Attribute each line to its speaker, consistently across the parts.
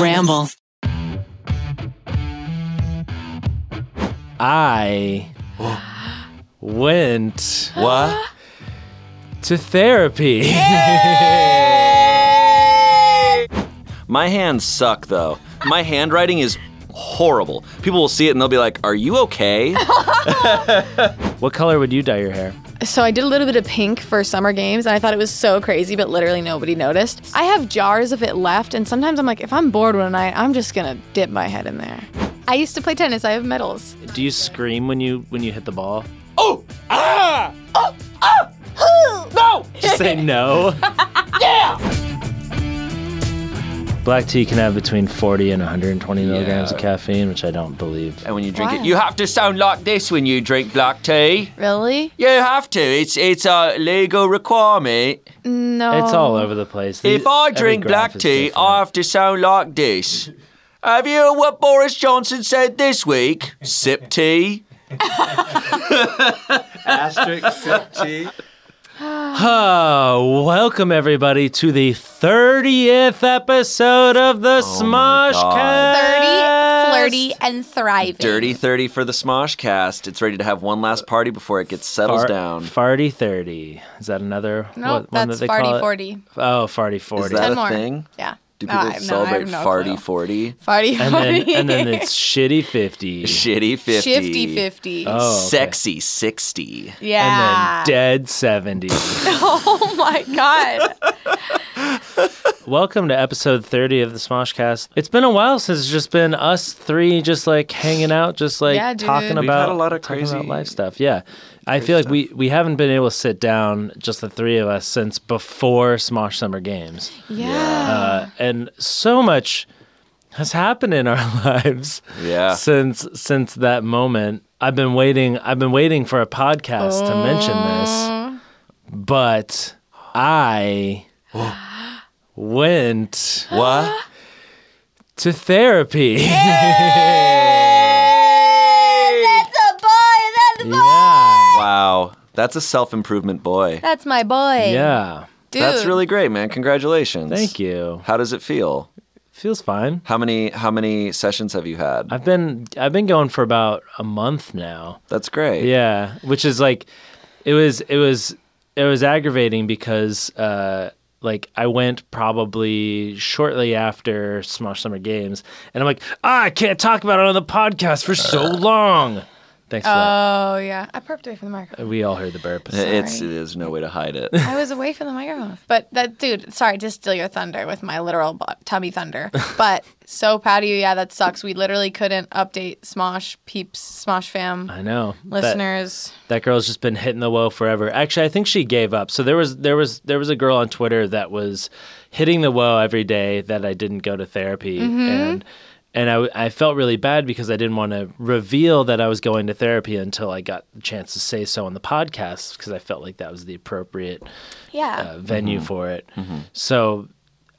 Speaker 1: Ramble.
Speaker 2: I went
Speaker 3: What?
Speaker 2: to therapy.
Speaker 3: My hands suck though. My handwriting is horrible. People will see it and they'll be like, "Are you okay?"
Speaker 2: what color would you dye your hair?
Speaker 4: So I did a little bit of pink for summer games, and I thought it was so crazy, but literally nobody noticed. I have jars of it left, and sometimes I'm like, if I'm bored one night, I'm just gonna dip my head in there. I used to play tennis. I have medals.
Speaker 2: Do you scream when you when you hit the ball?
Speaker 3: ah!
Speaker 2: Oh! Ah! Oh! No! Just say no. yeah! Black tea can have between 40 and 120 milligrams of caffeine, which I don't believe.
Speaker 3: and when you drink
Speaker 4: Why?
Speaker 3: it, you have to sound like this when you drink black tea.
Speaker 4: Really?
Speaker 3: You have to. It's it's a legal requirement.
Speaker 4: No.
Speaker 2: It's all over the place.
Speaker 3: Oh. If
Speaker 2: The-
Speaker 3: I
Speaker 2: every
Speaker 3: drink
Speaker 2: graph
Speaker 3: black
Speaker 2: is
Speaker 3: tea,
Speaker 2: different.
Speaker 3: I have to sound like this. Have you heard what Boris Johnson said this week? Sip tea.
Speaker 2: Oh, welcome everybody to the 30th episode of the
Speaker 3: Oh
Speaker 2: Smosh
Speaker 5: Dirty, flirty, and thriving.
Speaker 3: Dirty 30 for the Smosh cast. It's ready to have one last party before it gets settles down.
Speaker 2: Farty 30. Is that another
Speaker 5: No,
Speaker 2: what- one
Speaker 5: that's
Speaker 2: that they call
Speaker 5: farty
Speaker 2: it?
Speaker 5: forty.
Speaker 2: Oh, Farty
Speaker 3: Is
Speaker 2: 40.
Speaker 3: that
Speaker 5: Ten
Speaker 3: a
Speaker 5: more.
Speaker 3: thing?
Speaker 5: Yeah.
Speaker 3: Do
Speaker 5: No,
Speaker 3: people
Speaker 5: I- no, I
Speaker 3: celebrate
Speaker 5: have no
Speaker 3: farty
Speaker 5: clue.
Speaker 3: 40?
Speaker 4: Farty,
Speaker 2: and then
Speaker 4: farty.
Speaker 2: and then it's shitty 50.
Speaker 3: Shitty 50.
Speaker 5: Shifty fifty.
Speaker 2: Oh, okay.
Speaker 3: Sexy 60.
Speaker 5: Yeah.
Speaker 2: And then dead 70.
Speaker 5: oh my god.
Speaker 2: Welcome to episode 30 of the Smoshcast. It's been a while since it's just been us three just like hanging out, just like
Speaker 4: Yeah, dude.
Speaker 2: talking
Speaker 4: We've
Speaker 3: had
Speaker 2: about
Speaker 3: a lot of
Speaker 2: talking about
Speaker 3: crazy-
Speaker 2: life stuff. Yeah. I feel like we we haven't been able to sit down just the three of us since before Smosh Summer Games.
Speaker 4: yeah.
Speaker 2: Uh, and so much has happened in our lives
Speaker 3: Yeah.
Speaker 2: since since that moment. I've been waiting I've been waiting for a podcast to mention this. But I went
Speaker 3: What?
Speaker 2: to therapy.
Speaker 5: that's a boy. That's a boy.
Speaker 2: yeah.
Speaker 3: Wow. That's a self improvement boy.
Speaker 5: That's my boy.
Speaker 2: Yeah.
Speaker 5: Dude.
Speaker 3: That's really great, man. Congratulations.
Speaker 2: Thank you.
Speaker 3: How does it feel?
Speaker 2: Feels fine.
Speaker 3: How many how many sessions have you had?
Speaker 2: I've been I've been going for about a month now.
Speaker 3: That's great.
Speaker 2: Yeah, which is like, it was it was it was aggravating because uh, like I went probably shortly after Smosh Summer Games, and I'm like, ah, I can't talk about it on the podcast for so long. Thanks for
Speaker 4: oh yeah. I burped away from the microphone.
Speaker 2: that. We all heard the burp.
Speaker 3: It's
Speaker 4: Sorry.
Speaker 3: there's no way to hide it.
Speaker 4: I was away from the microphone. But that dude, sorry to steal your thunder with my literal bu- tummy thunder. But so proud of you. Yeah, that sucks. We literally couldn't update Smosh peeps, Smosh fam,
Speaker 2: I know. That-
Speaker 4: listeners.
Speaker 2: that girl's just been hitting the woe forever. Actually, I think she gave up. So there was there was there was a girl on Twitter that was hitting the woe every day that I didn't go to therapy and and I, w- I felt really bad because I didn't want to reveal that I was going to therapy until I got the chance to say so on the podcast because I felt like that was the appropriate
Speaker 5: Yeah.
Speaker 2: uh, venue for it. So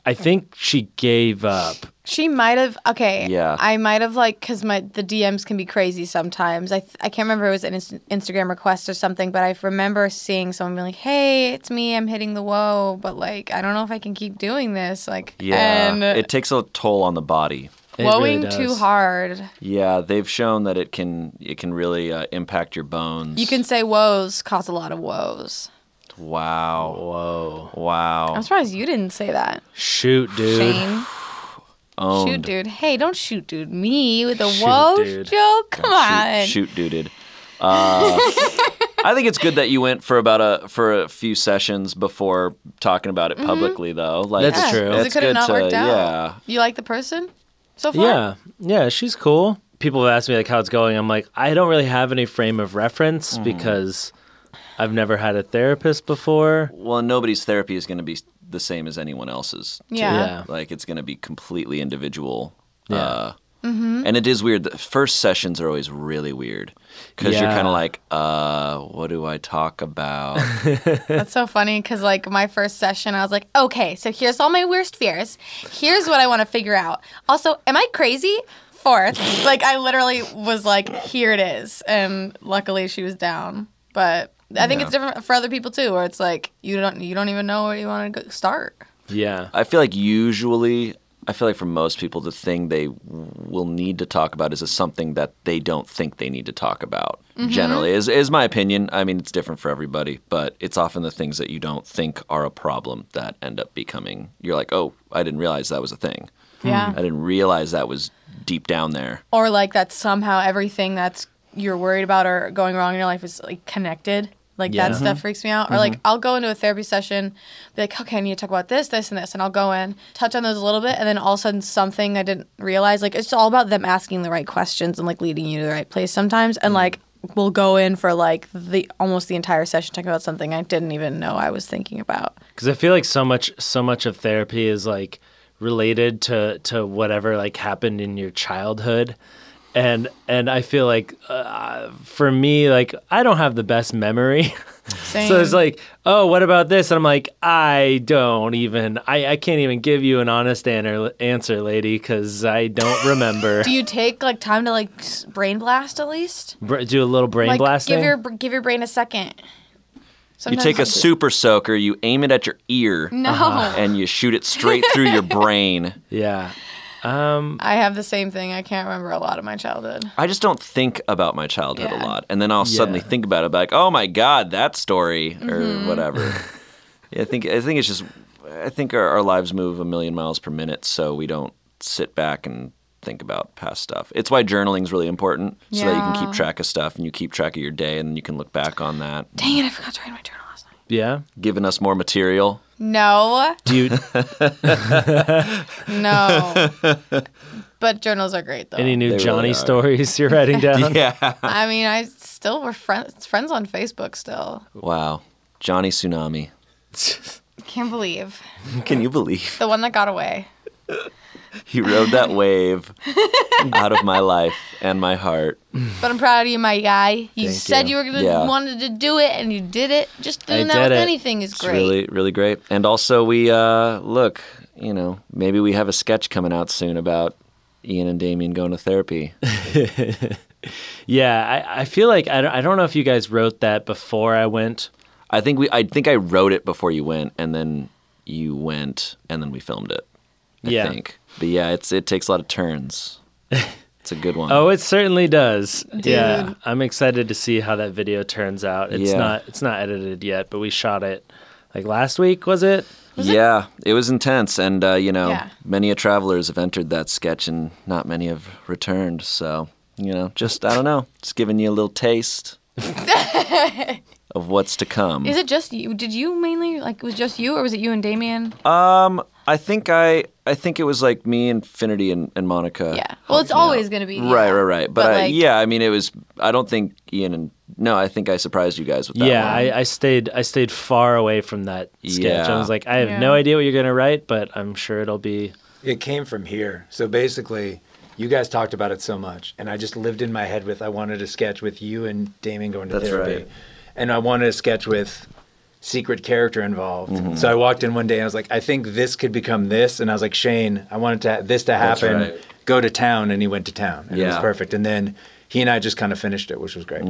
Speaker 2: I think she gave up.
Speaker 4: She might have okay.
Speaker 3: Yeah.
Speaker 4: I might have like because my the DMs can be crazy sometimes. I th- I can't remember if it was an inst- Instagram request or something, but I remember seeing someone being like, "Hey, it's me. I'm hitting the whoa, but like I don't know if I can keep doing this. Like
Speaker 3: Yeah.
Speaker 4: and
Speaker 3: it takes a toll on the body.
Speaker 2: It really
Speaker 4: woeing too
Speaker 2: does.
Speaker 4: hard.
Speaker 3: Yeah, they've shown that it can it can really uh, impact your bones.
Speaker 4: You can say woes cause a lot of woes.
Speaker 3: Wow.
Speaker 2: Whoa.
Speaker 3: Wow.
Speaker 4: I'm surprised you didn't say that,
Speaker 2: Shoot, dude.
Speaker 4: Shane. Shoot,
Speaker 3: Owned.
Speaker 4: dude. Hey, don't shoot, dude. Me with a
Speaker 2: Shoot,
Speaker 4: woes
Speaker 2: dude.
Speaker 4: joke. Come on.
Speaker 3: Shoot, shoot duded. Uh, I think it's good that you went for about a for a few sessions before talking about it
Speaker 4: Mm-hmm.
Speaker 3: publicly, though. Like
Speaker 2: That's Yeah, true. 'cause it
Speaker 3: It's
Speaker 4: could have
Speaker 3: good
Speaker 4: not
Speaker 3: to-
Speaker 4: worked out.
Speaker 3: Yeah,
Speaker 4: You like the person so far?
Speaker 2: Yeah, yeah, she's cool. People have asked me like how it's going. I'm like, I don't really have any frame of reference because I've never had a therapist before.
Speaker 3: well, nobody's therapy is going to be the same as anyone else's. too.
Speaker 4: Yeah.
Speaker 2: Yeah.
Speaker 3: like it's going to be completely individual.
Speaker 2: Yeah.
Speaker 3: Uh,
Speaker 4: Mm-hmm.
Speaker 3: And it is weird. The first sessions are always really weird because you're
Speaker 2: Yeah.
Speaker 3: kind of like, uh, what do I talk about?
Speaker 4: That's so funny because like my first session, I was like, okay, so here's all my worst fears. Here's what I want to figure out. Also, am I crazy? Fourth, like I literally was like, here it is, and luckily she was down. But I think it's different for other people too, where it's like you don't you don't even know where you want to go start.
Speaker 2: Yeah,
Speaker 3: I feel like usually I feel like for most people, the thing they w- will need to talk about is something that they don't think they need to talk about.
Speaker 4: Mm-hmm.
Speaker 3: Generally, is is my opinion. I mean, it's different for everybody, but it's often the things that you don't think are a problem that end up becoming. You're like, oh, I didn't realize that was a thing.
Speaker 4: Yeah.
Speaker 3: I didn't realize that was deep down there.
Speaker 4: Or like that somehow everything that's you're worried about or going wrong in your life is like connected. Like
Speaker 2: Yeah. Mm-hmm.
Speaker 4: that stuff freaks me out. Or like I'll go into a therapy session, be like, okay, I need to talk about this, this, and this, and I'll go in, touch on those a little bit, and then all of a sudden something I didn't realize. Like it's all about them asking the right questions and like leading you to the right place sometimes.
Speaker 2: Mm-hmm.
Speaker 4: And like we'll go in for like the almost the entire session talking about something I didn't even know I was thinking about.
Speaker 2: because I feel like so much so much of therapy is like related to to whatever like happened in your childhood and and I feel like uh, for me like I don't have the best memory so it's
Speaker 4: Same.
Speaker 2: like oh what about this and I'm like I don't even I, I can't even give you an honest an- answer lady because I don't remember
Speaker 4: Do you take like time to like s- brain blast at least?
Speaker 2: Br- do a little brain
Speaker 4: like
Speaker 2: blasting
Speaker 4: give your br- give your brain a second.
Speaker 3: You
Speaker 4: Sometimes
Speaker 3: take a
Speaker 4: I'll-
Speaker 3: super soaker, you aim it at your ear,
Speaker 4: No,
Speaker 3: and you shoot it straight through your brain.
Speaker 2: yeah
Speaker 4: I have the same thing. I can't remember a lot of my childhood.
Speaker 3: I just don't think about my childhood
Speaker 4: Yeah.
Speaker 3: a lot, and then I'll suddenly
Speaker 2: Yeah.
Speaker 3: think about it, like, oh my god, that story or
Speaker 4: Mm-hmm.
Speaker 3: whatever. yeah, I think I think it's just I think our, our lives move a million miles per minute, so we don't sit back and think about past stuff. It's why journaling's really important, so that you can
Speaker 4: Yeah.
Speaker 3: keep track of stuff and you keep track of your day, and you can look back on that,
Speaker 4: Dang it! I forgot to write my journal last night.
Speaker 2: yeah
Speaker 3: giving us more material.
Speaker 4: No,
Speaker 2: do you
Speaker 4: no. but journals are great though.
Speaker 2: any new
Speaker 3: They really
Speaker 2: Johnny
Speaker 3: are.
Speaker 2: stories you're writing down
Speaker 3: Yeah.
Speaker 4: I mean, I still we're friends friends on Facebook still.
Speaker 3: Wow, Johnny Tsunami.
Speaker 4: Can't believe
Speaker 3: Can you believe
Speaker 4: the one that got away.
Speaker 3: he rode that wave out of my life and my heart?
Speaker 4: But I'm proud of you, my guy. You
Speaker 2: Thank
Speaker 4: said
Speaker 2: you.
Speaker 4: you, were gonna
Speaker 3: Yeah.
Speaker 4: wanted to do it, and you did it. Just doing that
Speaker 2: did
Speaker 4: with
Speaker 2: it.
Speaker 4: anything is
Speaker 3: It's
Speaker 4: great.
Speaker 3: really, really great. And also, we uh, look, you know, maybe we have a sketch coming out soon about Ian and Damien going to therapy.
Speaker 2: Yeah, I, I feel like I don't, I don't know if you guys wrote that before I went.
Speaker 3: I think we, I think I wrote it before you went, and then you went, and then we filmed it. I
Speaker 2: Yeah.
Speaker 3: think. But yeah, it's it takes a lot of turns. It's a good one.
Speaker 2: Oh, it certainly does. Yeah, I'm excited to see how that video turns out. It's
Speaker 3: Yeah.
Speaker 2: not it's not edited yet, but we shot it like last week, was it?
Speaker 3: yeah, it? was intense, and uh, you know,
Speaker 4: Yeah.
Speaker 3: many a travelers have entered that sketch, and not many have returned. So you know, just I don't know, just giving you a little taste of what's to come.
Speaker 4: Is it just you? Did you mainly like? Was it just you, or was it you and Damien?
Speaker 3: Um, I think I I think it was like me, Infinity, and, and Monica.
Speaker 4: yeah. Well, it's always gonna be
Speaker 3: Right, right, right. But,
Speaker 4: But,
Speaker 3: I,
Speaker 4: like-
Speaker 3: yeah, I mean, it was. I don't think Ian and no, I think I surprised you guys with that.
Speaker 2: yeah,
Speaker 3: one.
Speaker 2: I, I stayed I stayed far away from that sketch. I
Speaker 3: Yeah.
Speaker 2: was like, I have
Speaker 4: Yeah.
Speaker 2: no idea what you're gonna write, but I'm sure it'll be.
Speaker 1: It came from here. So basically, you guys talked about it so much, and I just lived in my head with I wanted a sketch with you and Damon going to
Speaker 3: That's
Speaker 1: therapy,
Speaker 3: right.
Speaker 1: and I wanted a sketch with secret character involved.
Speaker 3: Mm-hmm.
Speaker 1: So I walked in one day and I was like, I think this could become this, and I was like, Shane, I wanted to, this to
Speaker 3: That's
Speaker 1: happen.
Speaker 3: right.
Speaker 1: Go to town, and he went to town, and it was
Speaker 3: Yeah. Mm-hmm.
Speaker 1: perfect. And then he and I just kind of finished it, which was great.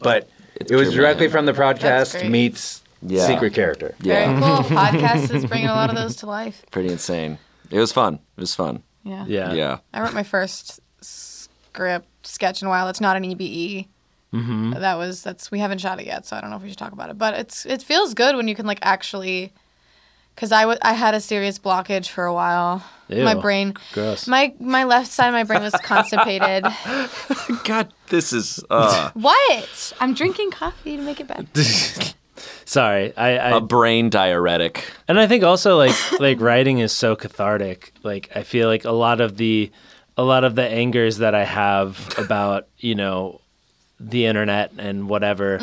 Speaker 1: But it was
Speaker 3: pure
Speaker 1: directly
Speaker 3: mayhem.
Speaker 1: from the
Speaker 4: That's
Speaker 1: podcast
Speaker 4: great.
Speaker 1: meets
Speaker 3: Yeah.
Speaker 1: secret character.
Speaker 4: Very
Speaker 3: Yeah.
Speaker 4: cool. Podcast is bringing a lot of those to life.
Speaker 3: pretty insane. It was fun. It was fun.
Speaker 4: Yeah.
Speaker 2: Yeah.
Speaker 3: Yeah,
Speaker 4: I wrote my first script sketch in a while. It's not an EBE. Mm-hmm. That was that's we haven't shot it yet, so I don't know if we should talk about it. But it's it feels good when you can like actually, because I wa- I had a serious blockage for a while. My
Speaker 2: Ew.
Speaker 4: brain,
Speaker 2: Gross.
Speaker 4: my my left side of my brain was constipated.
Speaker 3: God, this is uh,
Speaker 4: what? I'm drinking coffee to make it better.
Speaker 2: Sorry, I, I
Speaker 3: a brain diuretic.
Speaker 2: And I think also like like writing is so cathartic. Like I feel like a lot of the a lot of the angers that I have about, you know, the internet and whatever,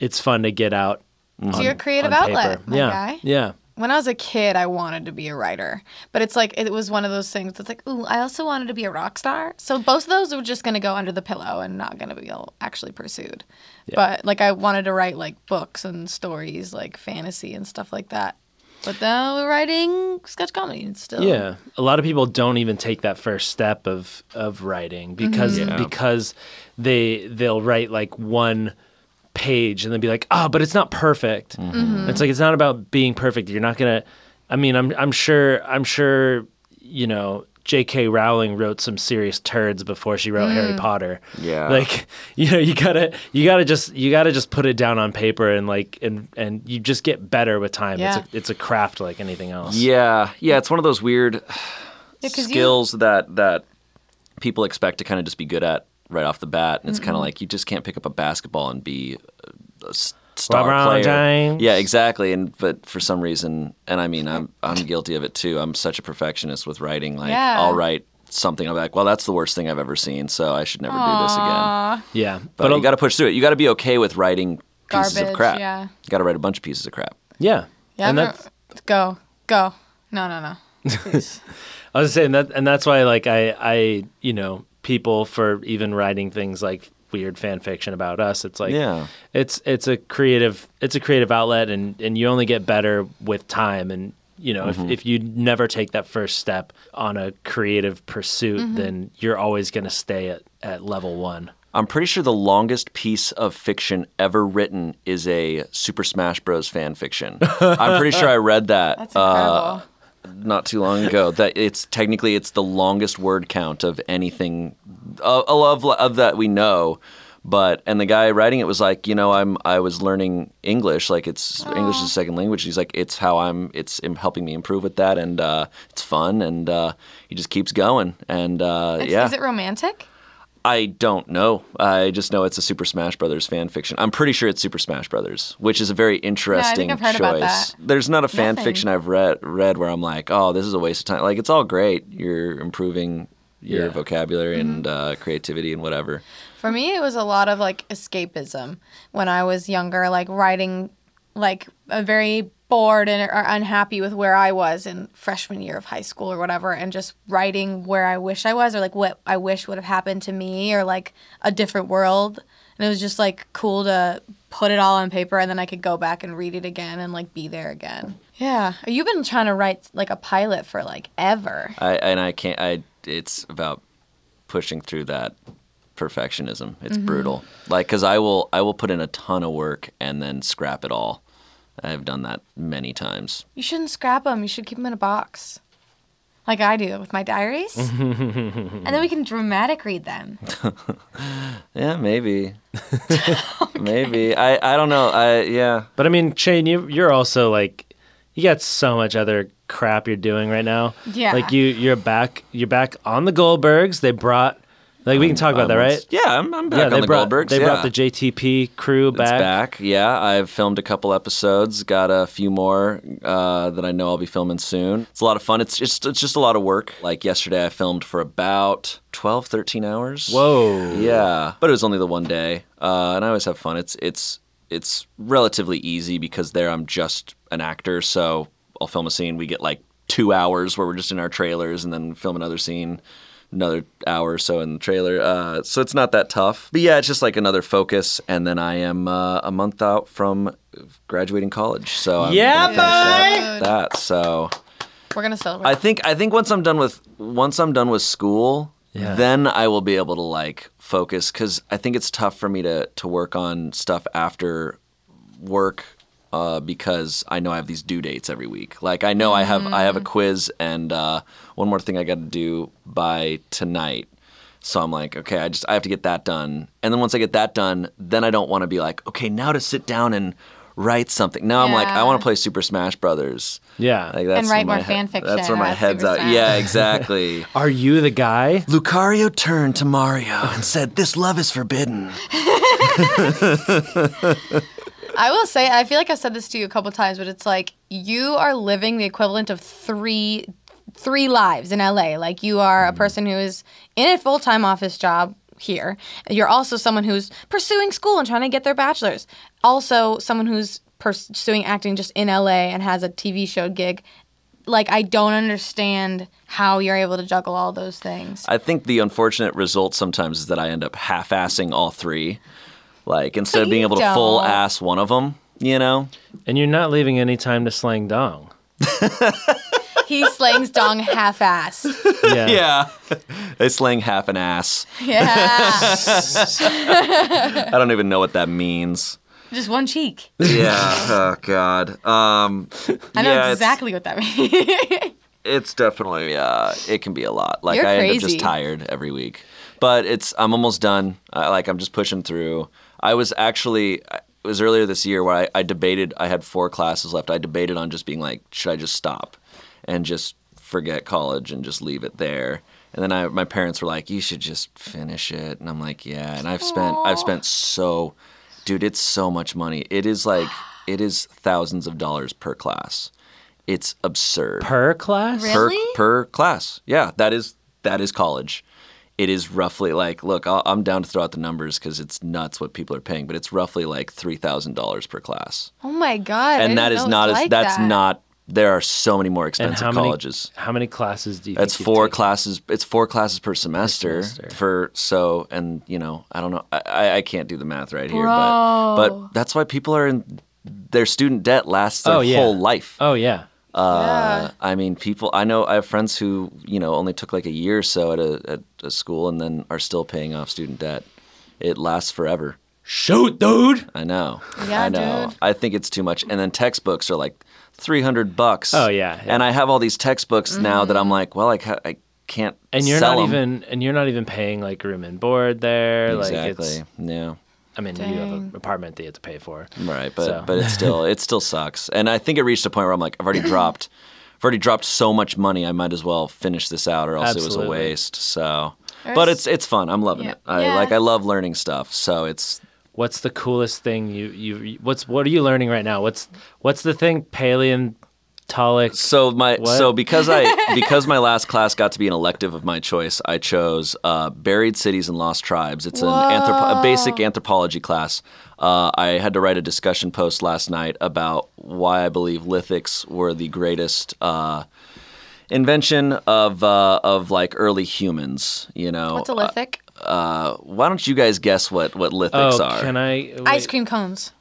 Speaker 2: it's fun to get out.
Speaker 4: Do your creative
Speaker 2: on
Speaker 4: outlet,
Speaker 2: paper.
Speaker 4: Mm-hmm. my
Speaker 2: yeah.
Speaker 4: guy.
Speaker 2: Yeah.
Speaker 4: when I was a kid, I wanted to be a writer, but it's like it was one of those things that's like, ooh, I also wanted to be a rock star. So both of those were just gonna go under the pillow and not gonna be actually pursued. But like I wanted to write like books and stories, like fantasy and stuff like that. But now we're writing sketch comedy and still.
Speaker 2: Yeah, a lot of people don't even take that first step of of writing because
Speaker 3: Mm-hmm. Yeah.
Speaker 2: because they they'll write like one page and then be like, "Oh, but it's not perfect."
Speaker 3: Mm-hmm.
Speaker 2: It's like it's not about being perfect. You're not going to I mean, I'm I'm sure I'm sure you know, J.K. Rowling wrote some serious turds before she wrote Harry Potter.
Speaker 3: Yeah.
Speaker 2: Like, you know, you gotta, you gotta just, you gotta just put it down on paper and like, and and you just get better with time.
Speaker 4: Yeah.
Speaker 2: It's a, it's a craft like anything else.
Speaker 3: Yeah, yeah, it's one of those weird
Speaker 4: 'cause you-
Speaker 3: skills that that people expect to kind of just be good at right off the bat, and it's
Speaker 4: Mm-hmm.
Speaker 3: kind of like you just can't pick up a basketball and be a s- star
Speaker 2: LeBron
Speaker 3: player.
Speaker 2: James.
Speaker 3: Yeah, exactly. And but for some reason, and I mean, I'm I'm guilty of it too. I'm such a perfectionist with writing. Like,
Speaker 4: Yeah.
Speaker 3: I'll write something, I'm like, well, that's the worst thing I've ever seen, so I should never do this again.
Speaker 2: Yeah.
Speaker 3: But,
Speaker 2: a-
Speaker 3: you got to push through it. You got to be okay with writing pieces of
Speaker 4: Garbage,
Speaker 3: crap.
Speaker 4: yeah.
Speaker 3: You got to write a bunch of pieces of crap.
Speaker 2: yeah.
Speaker 4: Yeah,
Speaker 2: and
Speaker 4: no-
Speaker 2: that's,
Speaker 4: go, go. No, no, no. Please.
Speaker 2: I was saying that, and that's why, like, I, I, you know, people for even writing things like weird fan fiction about us, it's like,
Speaker 3: Yeah.
Speaker 2: it's it's a creative, it's a creative outlet, and and you only get better with time, and you know, if if you never take that first step on a creative pursuit, then you're always going to stay at at level one.
Speaker 3: I'm pretty sure the longest piece of fiction ever written is a Super Smash Bros. fan fiction. I'm pretty sure I read that uh,
Speaker 4: That's incredible.
Speaker 3: not too long ago. That it's technically it's the longest word count of anything of of, of that we know. But and the guy writing it was like, you know, I'm I was learning English, like it's English is a second language. He's like, it's how I'm, it's im- helping me improve with that, and uh, it's fun, and uh, he just keeps going, and uh,
Speaker 4: It's-
Speaker 3: yeah.
Speaker 4: Is it romantic?
Speaker 3: I don't know. I just know it's a Super Smash Brothers fan fiction. I'm pretty sure it's Super Smash Brothers, which is a very interesting
Speaker 4: I've heard
Speaker 3: choice.
Speaker 4: about that.
Speaker 3: There's not a fan
Speaker 4: Nothing.
Speaker 3: fiction I've read read where I'm like, oh, this is a waste of time. Like it's all great. You're improving your
Speaker 2: Yeah.
Speaker 3: vocabulary
Speaker 4: Mm-hmm.
Speaker 3: and uh, creativity and whatever.
Speaker 4: For me, it was a lot of like escapism when I was younger, like writing, like a very bored and or unhappy with where I was in freshman year of high school or whatever, and just writing where I wish I was or like what I wish would have happened to me or like a different world. And it was just like cool to put it all on paper and then I could go back and read it again and like be there again. Yeah. You've been trying to write like a pilot for like ever.
Speaker 3: I and I can't. I it's about pushing through that perfectionism. It's
Speaker 4: Mm-hmm.
Speaker 3: brutal. Like because I will I will put in a ton of work and then scrap it all. I've done that many times.
Speaker 4: You shouldn't scrap them. You should keep them in a box, like I do with my diaries, and then we can dramatic read them.
Speaker 3: Yeah, maybe. Maybe. I, I don't know. I yeah.
Speaker 2: But I mean, Shane, you you're also like you got so much other crap you're doing right now.
Speaker 4: Yeah.
Speaker 2: Like you you're back you're back on the Goldbergs. They brought like we can talk about that, right?
Speaker 3: Yeah, I'm, I'm back on
Speaker 2: they
Speaker 3: the
Speaker 2: brought
Speaker 3: Goldbergs.
Speaker 2: they
Speaker 3: yeah.
Speaker 2: brought the JTP crew
Speaker 3: It's
Speaker 2: back.
Speaker 3: back. Yeah, I've filmed a couple episodes. Got a few more uh, that I know I'll be filming soon. It's a lot of fun. It's just it's just a lot of work. Like yesterday, I filmed for about 12, 13 hours.
Speaker 2: Whoa.
Speaker 3: Yeah, but it was only the one day, uh, and I always have fun. It's it's it's relatively easy because there I'm just an actor, so I'll film a scene. We get like two hours where we're just in our trailers, and then film another scene, another hour or so in the trailer. Uh, so it's not that tough. But yeah, it's just like another focus, and then I am uh, a month out from graduating college, so I'm
Speaker 2: Yeah,
Speaker 3: gonna finish that, that. So
Speaker 4: We're gonna celebrate.
Speaker 3: I think I think once I'm done with once I'm done with school,
Speaker 2: Yeah.
Speaker 3: then I will be able to like focus because I think it's tough for me to to work on stuff after work uh, because I know I have these due dates every week. Like I know I have I have a quiz and uh, one more thing I got to do by tonight. So I'm like, okay, I just I have to get that done. And then once I get that done, then I don't want to be like, okay, now to sit down and write something. Now I'm like, I
Speaker 4: Yeah.
Speaker 3: want to play Super Smash Brothers.
Speaker 2: Yeah.
Speaker 3: Like that's
Speaker 4: And write
Speaker 3: where
Speaker 4: more
Speaker 3: my
Speaker 4: fan
Speaker 3: head- That's
Speaker 4: fiction
Speaker 3: where my
Speaker 4: about
Speaker 3: head's
Speaker 4: Super
Speaker 3: at.
Speaker 4: Smash.
Speaker 3: Yeah, exactly.
Speaker 2: Are you the guy?
Speaker 3: Lucario turned to Mario and said, "This love is forbidden."
Speaker 4: I will say, I feel like I've said this to you a couple times, but it's like you are living the equivalent of three three lives in LA. Like you are
Speaker 3: Mm.
Speaker 4: a person who is in a full time office job here. You're also someone who's pursuing school and trying to get their bachelor's. Also, someone who's pursuing acting just in LA and has a TV show gig. Like I don't understand how you're able to juggle all those things.
Speaker 3: I think the unfortunate result sometimes is that I end up half-assing all three. Like instead of being
Speaker 4: you
Speaker 3: able to full
Speaker 4: don't.
Speaker 3: ass one of them, you know.
Speaker 2: And you're not leaving any time to slang dong.
Speaker 4: he slings dong half ass.
Speaker 2: Yeah.
Speaker 3: Yeah, they slang half an ass.
Speaker 4: Yeah.
Speaker 3: I don't even know what that means.
Speaker 4: just one cheek.
Speaker 3: Yeah. oh God. Um,
Speaker 4: I know
Speaker 3: yeah, it's-
Speaker 4: exactly what that means.
Speaker 3: it's definitely uh, it can be a lot. Like
Speaker 4: You're
Speaker 3: I end up
Speaker 4: crazy.
Speaker 3: just tired every week, but it's I'm almost done. I, like I'm just pushing through. I was actually I- it was earlier this year where I, I debated. I had four classes left. I debated on just being like, should I just stop and just forget college and just leave it there. And then I, my parents were like, "You should just finish it." And I'm like, "Yeah." And I've spent, I've spent so, dude, it's so much money. It is like, it is thousands of dollars per class. It's absurd
Speaker 2: per class.
Speaker 4: Really?
Speaker 3: per per class. Yeah, that is that is college. It is roughly like look, I'll, I'm down to throw out the numbers because it's nuts what people are paying, but it's roughly like three thousand dollars per class,
Speaker 4: Oh my god! I
Speaker 3: and that
Speaker 4: didn't
Speaker 3: is
Speaker 4: know it
Speaker 3: not
Speaker 4: was like
Speaker 3: that's
Speaker 4: that.
Speaker 3: not. There are so many more
Speaker 2: And
Speaker 3: expensive
Speaker 2: how many
Speaker 3: colleges.
Speaker 2: how many classes do you?
Speaker 3: That's
Speaker 2: think you've
Speaker 3: four
Speaker 2: taken?
Speaker 3: classes. It's four classes per semester,
Speaker 2: semester.
Speaker 3: for so and you know I don't know I- I, I can't do the math right here,
Speaker 4: Bro.
Speaker 3: but but that's why people are in their student debt lasts their
Speaker 2: Oh, yeah.
Speaker 3: whole life.
Speaker 2: Oh yeah.
Speaker 3: Uh, I mean, people. I know I have friends who you know only took like a year or so at a at a school and then are still paying off student debt. It lasts forever.
Speaker 2: Shoot, dude.
Speaker 3: I know.
Speaker 4: Yeah,
Speaker 3: I know.
Speaker 4: dude.
Speaker 3: I think it's too much. And then textbooks are like three hundred bucks.
Speaker 2: Oh, yeah, yeah.
Speaker 3: And I have all these textbooks now that
Speaker 4: Mm-hmm.
Speaker 3: I'm like, well, I, ca- I can't.
Speaker 2: And you're
Speaker 3: sell
Speaker 2: not
Speaker 3: 'em.
Speaker 2: even and you're not even paying like room and board there. Like
Speaker 3: exactly.
Speaker 2: it's
Speaker 3: yeah.
Speaker 2: I mean you have an
Speaker 4: Dang.
Speaker 2: apartment that you have to pay for.
Speaker 3: Right, but
Speaker 2: So.
Speaker 3: but it still it still sucks. And I think it reached a point where I'm like, I've already dropped, I've already dropped so much money. I might as well finish this out, or else it was
Speaker 2: Absolutely.
Speaker 3: a waste. So,
Speaker 4: Or
Speaker 3: but
Speaker 4: s-
Speaker 3: it's it's fun. I'm loving
Speaker 4: Yeah.
Speaker 3: it. I
Speaker 4: Yeah.
Speaker 3: like I love learning stuff. So it's
Speaker 2: What's the coolest thing you you what's what are you learning right now? What's what's the thing paleontologic
Speaker 3: so my
Speaker 2: What?
Speaker 3: so because I because my last class got to be an elective of my choice, I chose uh, buried cities and lost tribes. It's an anthropo- a basic anthropology class. Uh, I had to write a discussion post last night about why I believe lithics were the greatest. Uh, Invention of uh, of like early humans, you know.
Speaker 4: What's a lithic?
Speaker 3: Uh, why don't you guys guess what what lithics
Speaker 2: Oh,
Speaker 3: are?
Speaker 2: can I wait,
Speaker 4: Ice cream cones.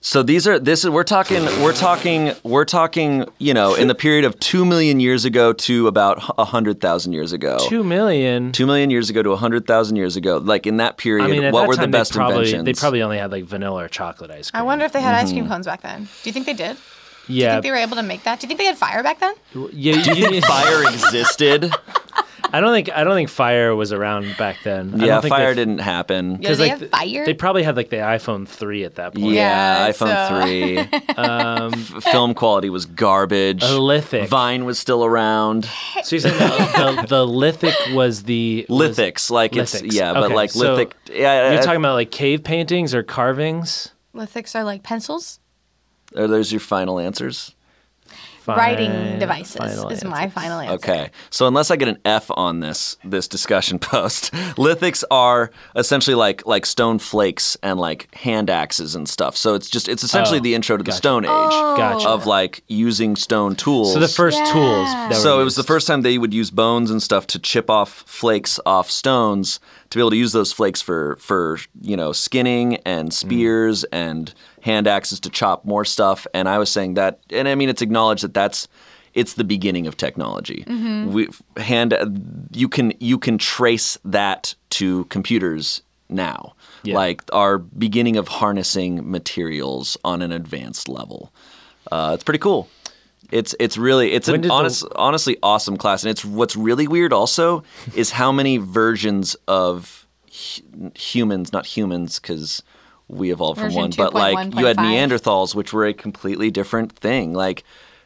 Speaker 3: So these are this is we're talking we're talking we're talking you know in the period of two million years ago to about a hundred thousand years ago.
Speaker 2: 2 million?
Speaker 3: Two million years ago to a hundred thousand years ago, like in that period,
Speaker 2: I mean, at
Speaker 3: what
Speaker 2: that
Speaker 3: were
Speaker 2: time,
Speaker 3: the best
Speaker 2: they probably,
Speaker 3: inventions?
Speaker 2: They probably only had like vanilla or chocolate ice cream.
Speaker 4: I wonder if they had ice
Speaker 3: Mm-hmm.
Speaker 4: cream cones back then. Do you think they did? Do you
Speaker 2: Yeah,
Speaker 4: think they were able to make that? Do you think they had fire back then?
Speaker 2: yeah. You, you,
Speaker 3: fire existed.
Speaker 2: I don't think I don't think fire was around back then. I
Speaker 3: yeah,
Speaker 2: don't think
Speaker 3: fire
Speaker 2: they-
Speaker 3: didn't happen.
Speaker 4: Yeah,
Speaker 2: 'cause,
Speaker 4: they
Speaker 2: like,
Speaker 4: have
Speaker 2: th-
Speaker 4: fire.
Speaker 2: They probably had like the iPhone three at that point. Um,
Speaker 3: Yeah,
Speaker 4: Yeah,
Speaker 3: iPhone
Speaker 4: so-
Speaker 3: three. F- film quality was garbage.
Speaker 2: The lithic.
Speaker 3: Vine was still around.
Speaker 2: So you're saying the, the, the lithic was the was-
Speaker 3: Lithics, like
Speaker 2: Lithics.
Speaker 3: it's yeah, but
Speaker 2: Okay,
Speaker 3: like
Speaker 2: so
Speaker 3: lithic. Yeah,
Speaker 2: You're
Speaker 3: I-
Speaker 2: talking about like cave paintings or carvings.
Speaker 4: Lithics are like pencils.
Speaker 3: are those your final answers?
Speaker 2: Fine,
Speaker 4: Writing devices
Speaker 2: final
Speaker 4: is
Speaker 2: answer.
Speaker 4: my final answer.
Speaker 3: Okay. So unless I get an F on this this discussion post, lithics are essentially like like stone flakes and like hand axes and stuff. So it's just it's essentially
Speaker 2: Oh,
Speaker 3: the intro to the
Speaker 2: gotcha.
Speaker 3: Stone Age
Speaker 2: Gotcha.
Speaker 3: of like using stone tools.
Speaker 2: so the first tools. That
Speaker 3: So
Speaker 2: were
Speaker 3: it was the
Speaker 2: used.
Speaker 3: first time they would use bones and stuff to chip off flakes off stones to be able to use those flakes for for you know skinning
Speaker 2: Mm.
Speaker 3: and spears and hand axes to chop more stuff. And I was saying that, and I mean it's acknowledged that that's it's the beginning of technology.
Speaker 2: Mm-hmm.
Speaker 3: We hand you can you can trace that to computers now.
Speaker 2: Yeah.
Speaker 3: Like our beginning of harnessing materials on an advanced level. Uh, it's pretty cool. It's it's really it's
Speaker 2: When did
Speaker 3: an
Speaker 2: the-
Speaker 3: honest, honestly awesome class, and it's what's really weird also is how many versions of hu- humans, not humans, because we evolved from
Speaker 4: Version
Speaker 3: one, but like you had
Speaker 4: 2.1.5.
Speaker 3: Neanderthals, which were a completely different thing. Like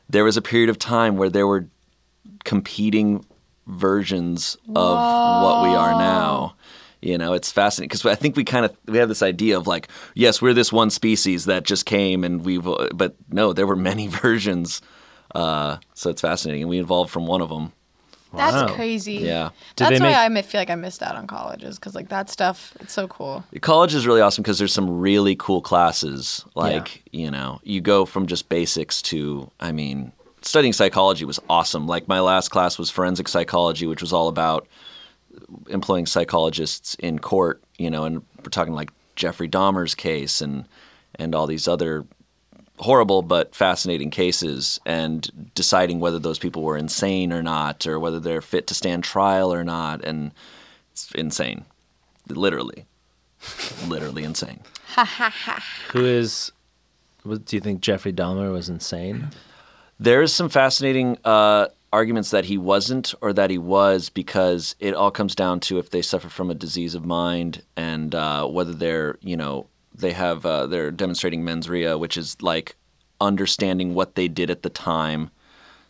Speaker 3: there was a period of time where there were competing versions of what we are now. You know, it's fascinating because I think we kind of we have this idea of like, yes, we're this one species that just came and we've, but no, there were many versions. Uh, so it's fascinating, and we evolved from one of them.
Speaker 4: That's
Speaker 2: Wow.
Speaker 4: crazy.
Speaker 3: Yeah.
Speaker 2: Did
Speaker 4: that's
Speaker 2: they make-
Speaker 4: why I mi- feel like I missed out on colleges because like that stuff, it's so cool.
Speaker 3: College is really awesome because there's some really cool classes. Like, you know, you go from just basics to, I mean, studying psychology was awesome. Like, my last class was forensic psychology, which was all about employing psychologists in court, you know, and we're talking like Jeffrey Dahmer's case and, and all these other horrible but fascinating cases and deciding whether those people were insane or not or whether they're fit to stand trial or not. And it's insane, literally literally insane.
Speaker 2: Who is? what- Do you think Jeffrey Dahmer was insane?
Speaker 3: There is some fascinating uh, arguments that he wasn't or that he was because it all comes down to if they suffer from a disease of mind and uh, whether they're you know they have uh, they're demonstrating mens rea, which is like understanding what they did at the time.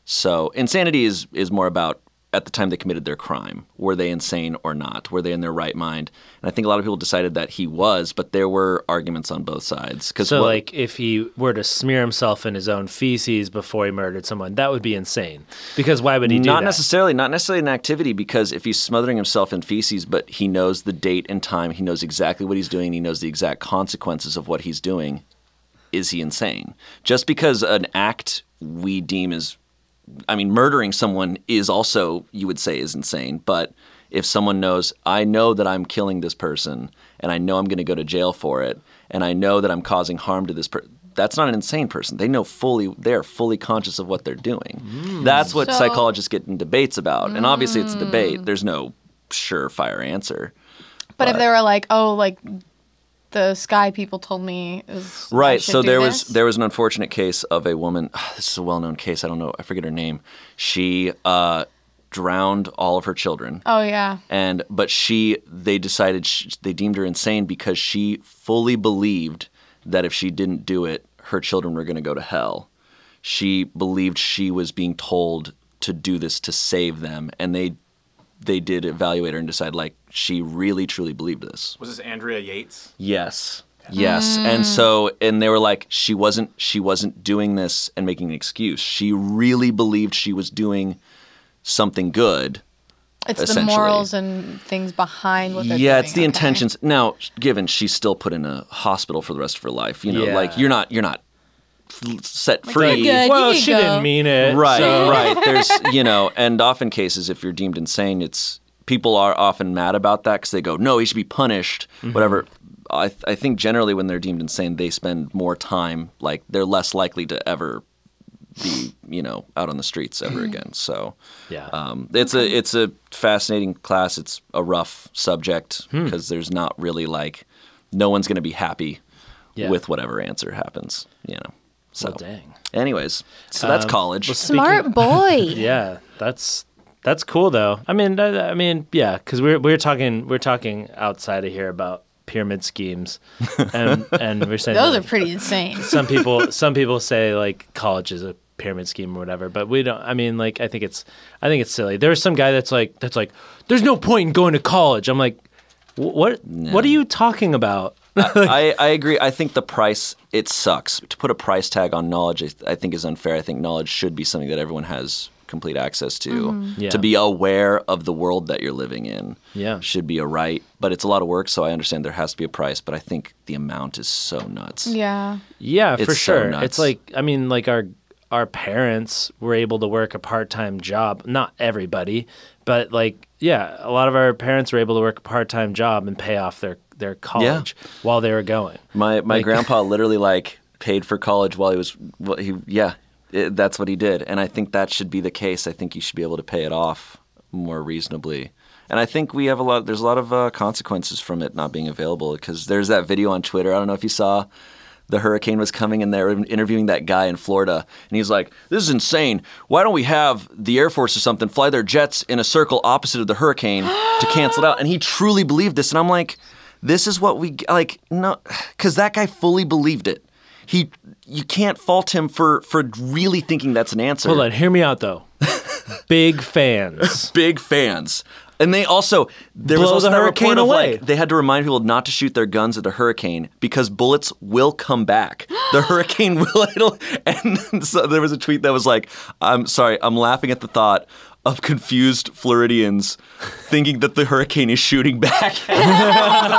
Speaker 3: So insanity is is more about at the time they committed their crime. Were they insane or not? Were they in their right mind? And I think a lot of people decided that he was, but there were arguments on both sides. Cause
Speaker 2: So,
Speaker 3: what-
Speaker 2: like, if he were to smear himself in his own feces before he murdered someone, that would be insane. Because why would he do
Speaker 3: not
Speaker 2: that?
Speaker 3: necessarily not necessarily an activity because if he's smothering himself in feces but he knows the date and time he knows exactly what he's doing he knows the exact consequences of what he's doing is he insane just because an act we deem as i mean murdering someone is also you would say is insane but if someone knows i know that i'm killing this person and i know i'm going to go to jail for it and i know that i'm causing harm to this person that's not an insane person. They know fully, they're fully conscious of what they're doing. That's what
Speaker 4: So- Mm.
Speaker 3: psychologists get in debates about. And obviously, it's a debate. There's no surefire answer.
Speaker 4: But if they were like, oh, like the sky people told me, is, I
Speaker 3: Right.
Speaker 4: should
Speaker 3: So
Speaker 4: do
Speaker 3: there was
Speaker 4: this.
Speaker 3: there was an unfortunate case of a woman. This is a well known case. I don't know. I forget her name. She uh, drowned all of her children.
Speaker 4: Oh yeah.
Speaker 3: and but she they decided sh they deemed her insane because she fully believed that if she didn't do it her children were going to go to hell she believed she was being told to do this to save them and they they did evaluate her and decide like she really truly believed this
Speaker 1: Was this Andrea Yates?
Speaker 3: Yes. Yes. And so and they were like she wasn't she wasn't doing this and making an excuse. She really believed she was doing something good.
Speaker 4: It's the
Speaker 3: essentially.
Speaker 4: morals and things behind what they're
Speaker 3: yeah,
Speaker 4: doing.
Speaker 3: it's the
Speaker 4: okay.
Speaker 3: intentions. Now, given she's still put in a hospital for the rest of her life, you know,
Speaker 2: Yeah.
Speaker 3: like you're not you're not f- set free.
Speaker 5: good.
Speaker 2: well,
Speaker 5: you
Speaker 2: she
Speaker 5: go.
Speaker 2: didn't mean it.
Speaker 3: Right,
Speaker 2: so-
Speaker 3: right. There's, you know, and often cases, if you're deemed insane, it's people are often mad about that because they go, no, he should be punished, whatever. I, th- I think generally when they're deemed insane, they spend more time, like, they're less likely to ever be, you know, out on the streets
Speaker 4: Mm-hmm.
Speaker 3: ever again. So,
Speaker 2: Yeah.
Speaker 3: um, it's a it's a fascinating class. It's a rough subject
Speaker 2: Hmm.
Speaker 3: because there's not really like no one's going to be happy
Speaker 2: Yeah.
Speaker 3: with whatever answer happens. You know. So
Speaker 2: Well, Um, dang.
Speaker 3: Anyways, so that's college.
Speaker 5: Smart boy.
Speaker 2: Yeah, that's that's cool though. I mean, I, I mean, yeah, because we're we're talking we're talking outside of here about pyramid schemes, and and we're saying
Speaker 4: Those
Speaker 2: like,
Speaker 4: are pretty insane.
Speaker 2: some people some people say like college is a pyramid scheme or whatever but we don't i mean like i think it's i think it's silly there's some guy that's like that's like there's no point in going to college i'm like "Wh- what what are you talking about
Speaker 3: I, I agree. I think the price it sucks to put a price tag on knowledge. I, th- I think is unfair. I think knowledge should be something that everyone has complete access to.
Speaker 2: Mm-hmm. Yeah.
Speaker 3: To be aware of the world that you're living in.
Speaker 2: Yeah.
Speaker 3: should be a right. But it's a lot of work, so I understand there has to be a price. But I think the amount is so nuts.
Speaker 4: yeah.
Speaker 2: yeah for
Speaker 3: It's so
Speaker 2: sure
Speaker 3: nuts.
Speaker 2: it's like i mean like our our parents were able to work a part-time job not everybody but like yeah a lot of our parents were able to work a part-time job and pay off their their college while they were going
Speaker 3: My my
Speaker 2: Like-
Speaker 3: grandpa literally like paid for college while he was well, he yeah it, that's what he did and I think that should be the case. I think you should be able to pay it off more reasonably. And I think we have a lot. There's a lot of uh, consequences from it not being available because there's that video on Twitter. I don't know if you saw. The hurricane was coming, and they're interviewing that guy in Florida, and he's like, "This is insane. Why don't we have the Air Force or something fly their jets in a circle opposite of the hurricane to cancel it out?" And he truly believed this, and I'm like, this is what we like no because that guy fully believed it he you can't fault him for for really thinking that's an answer
Speaker 2: hold on hear me out though big fans
Speaker 3: big fans and they also there was
Speaker 2: Blow
Speaker 3: also
Speaker 2: the
Speaker 3: that
Speaker 2: hurricane
Speaker 3: report
Speaker 2: away.
Speaker 3: of like they had to remind people not to shoot their guns at the hurricane because bullets will come back. The hurricane will it'll and then so there was a tweet that was like, "I'm sorry, I'm laughing at the thought of confused Floridians thinking that the hurricane is shooting back." But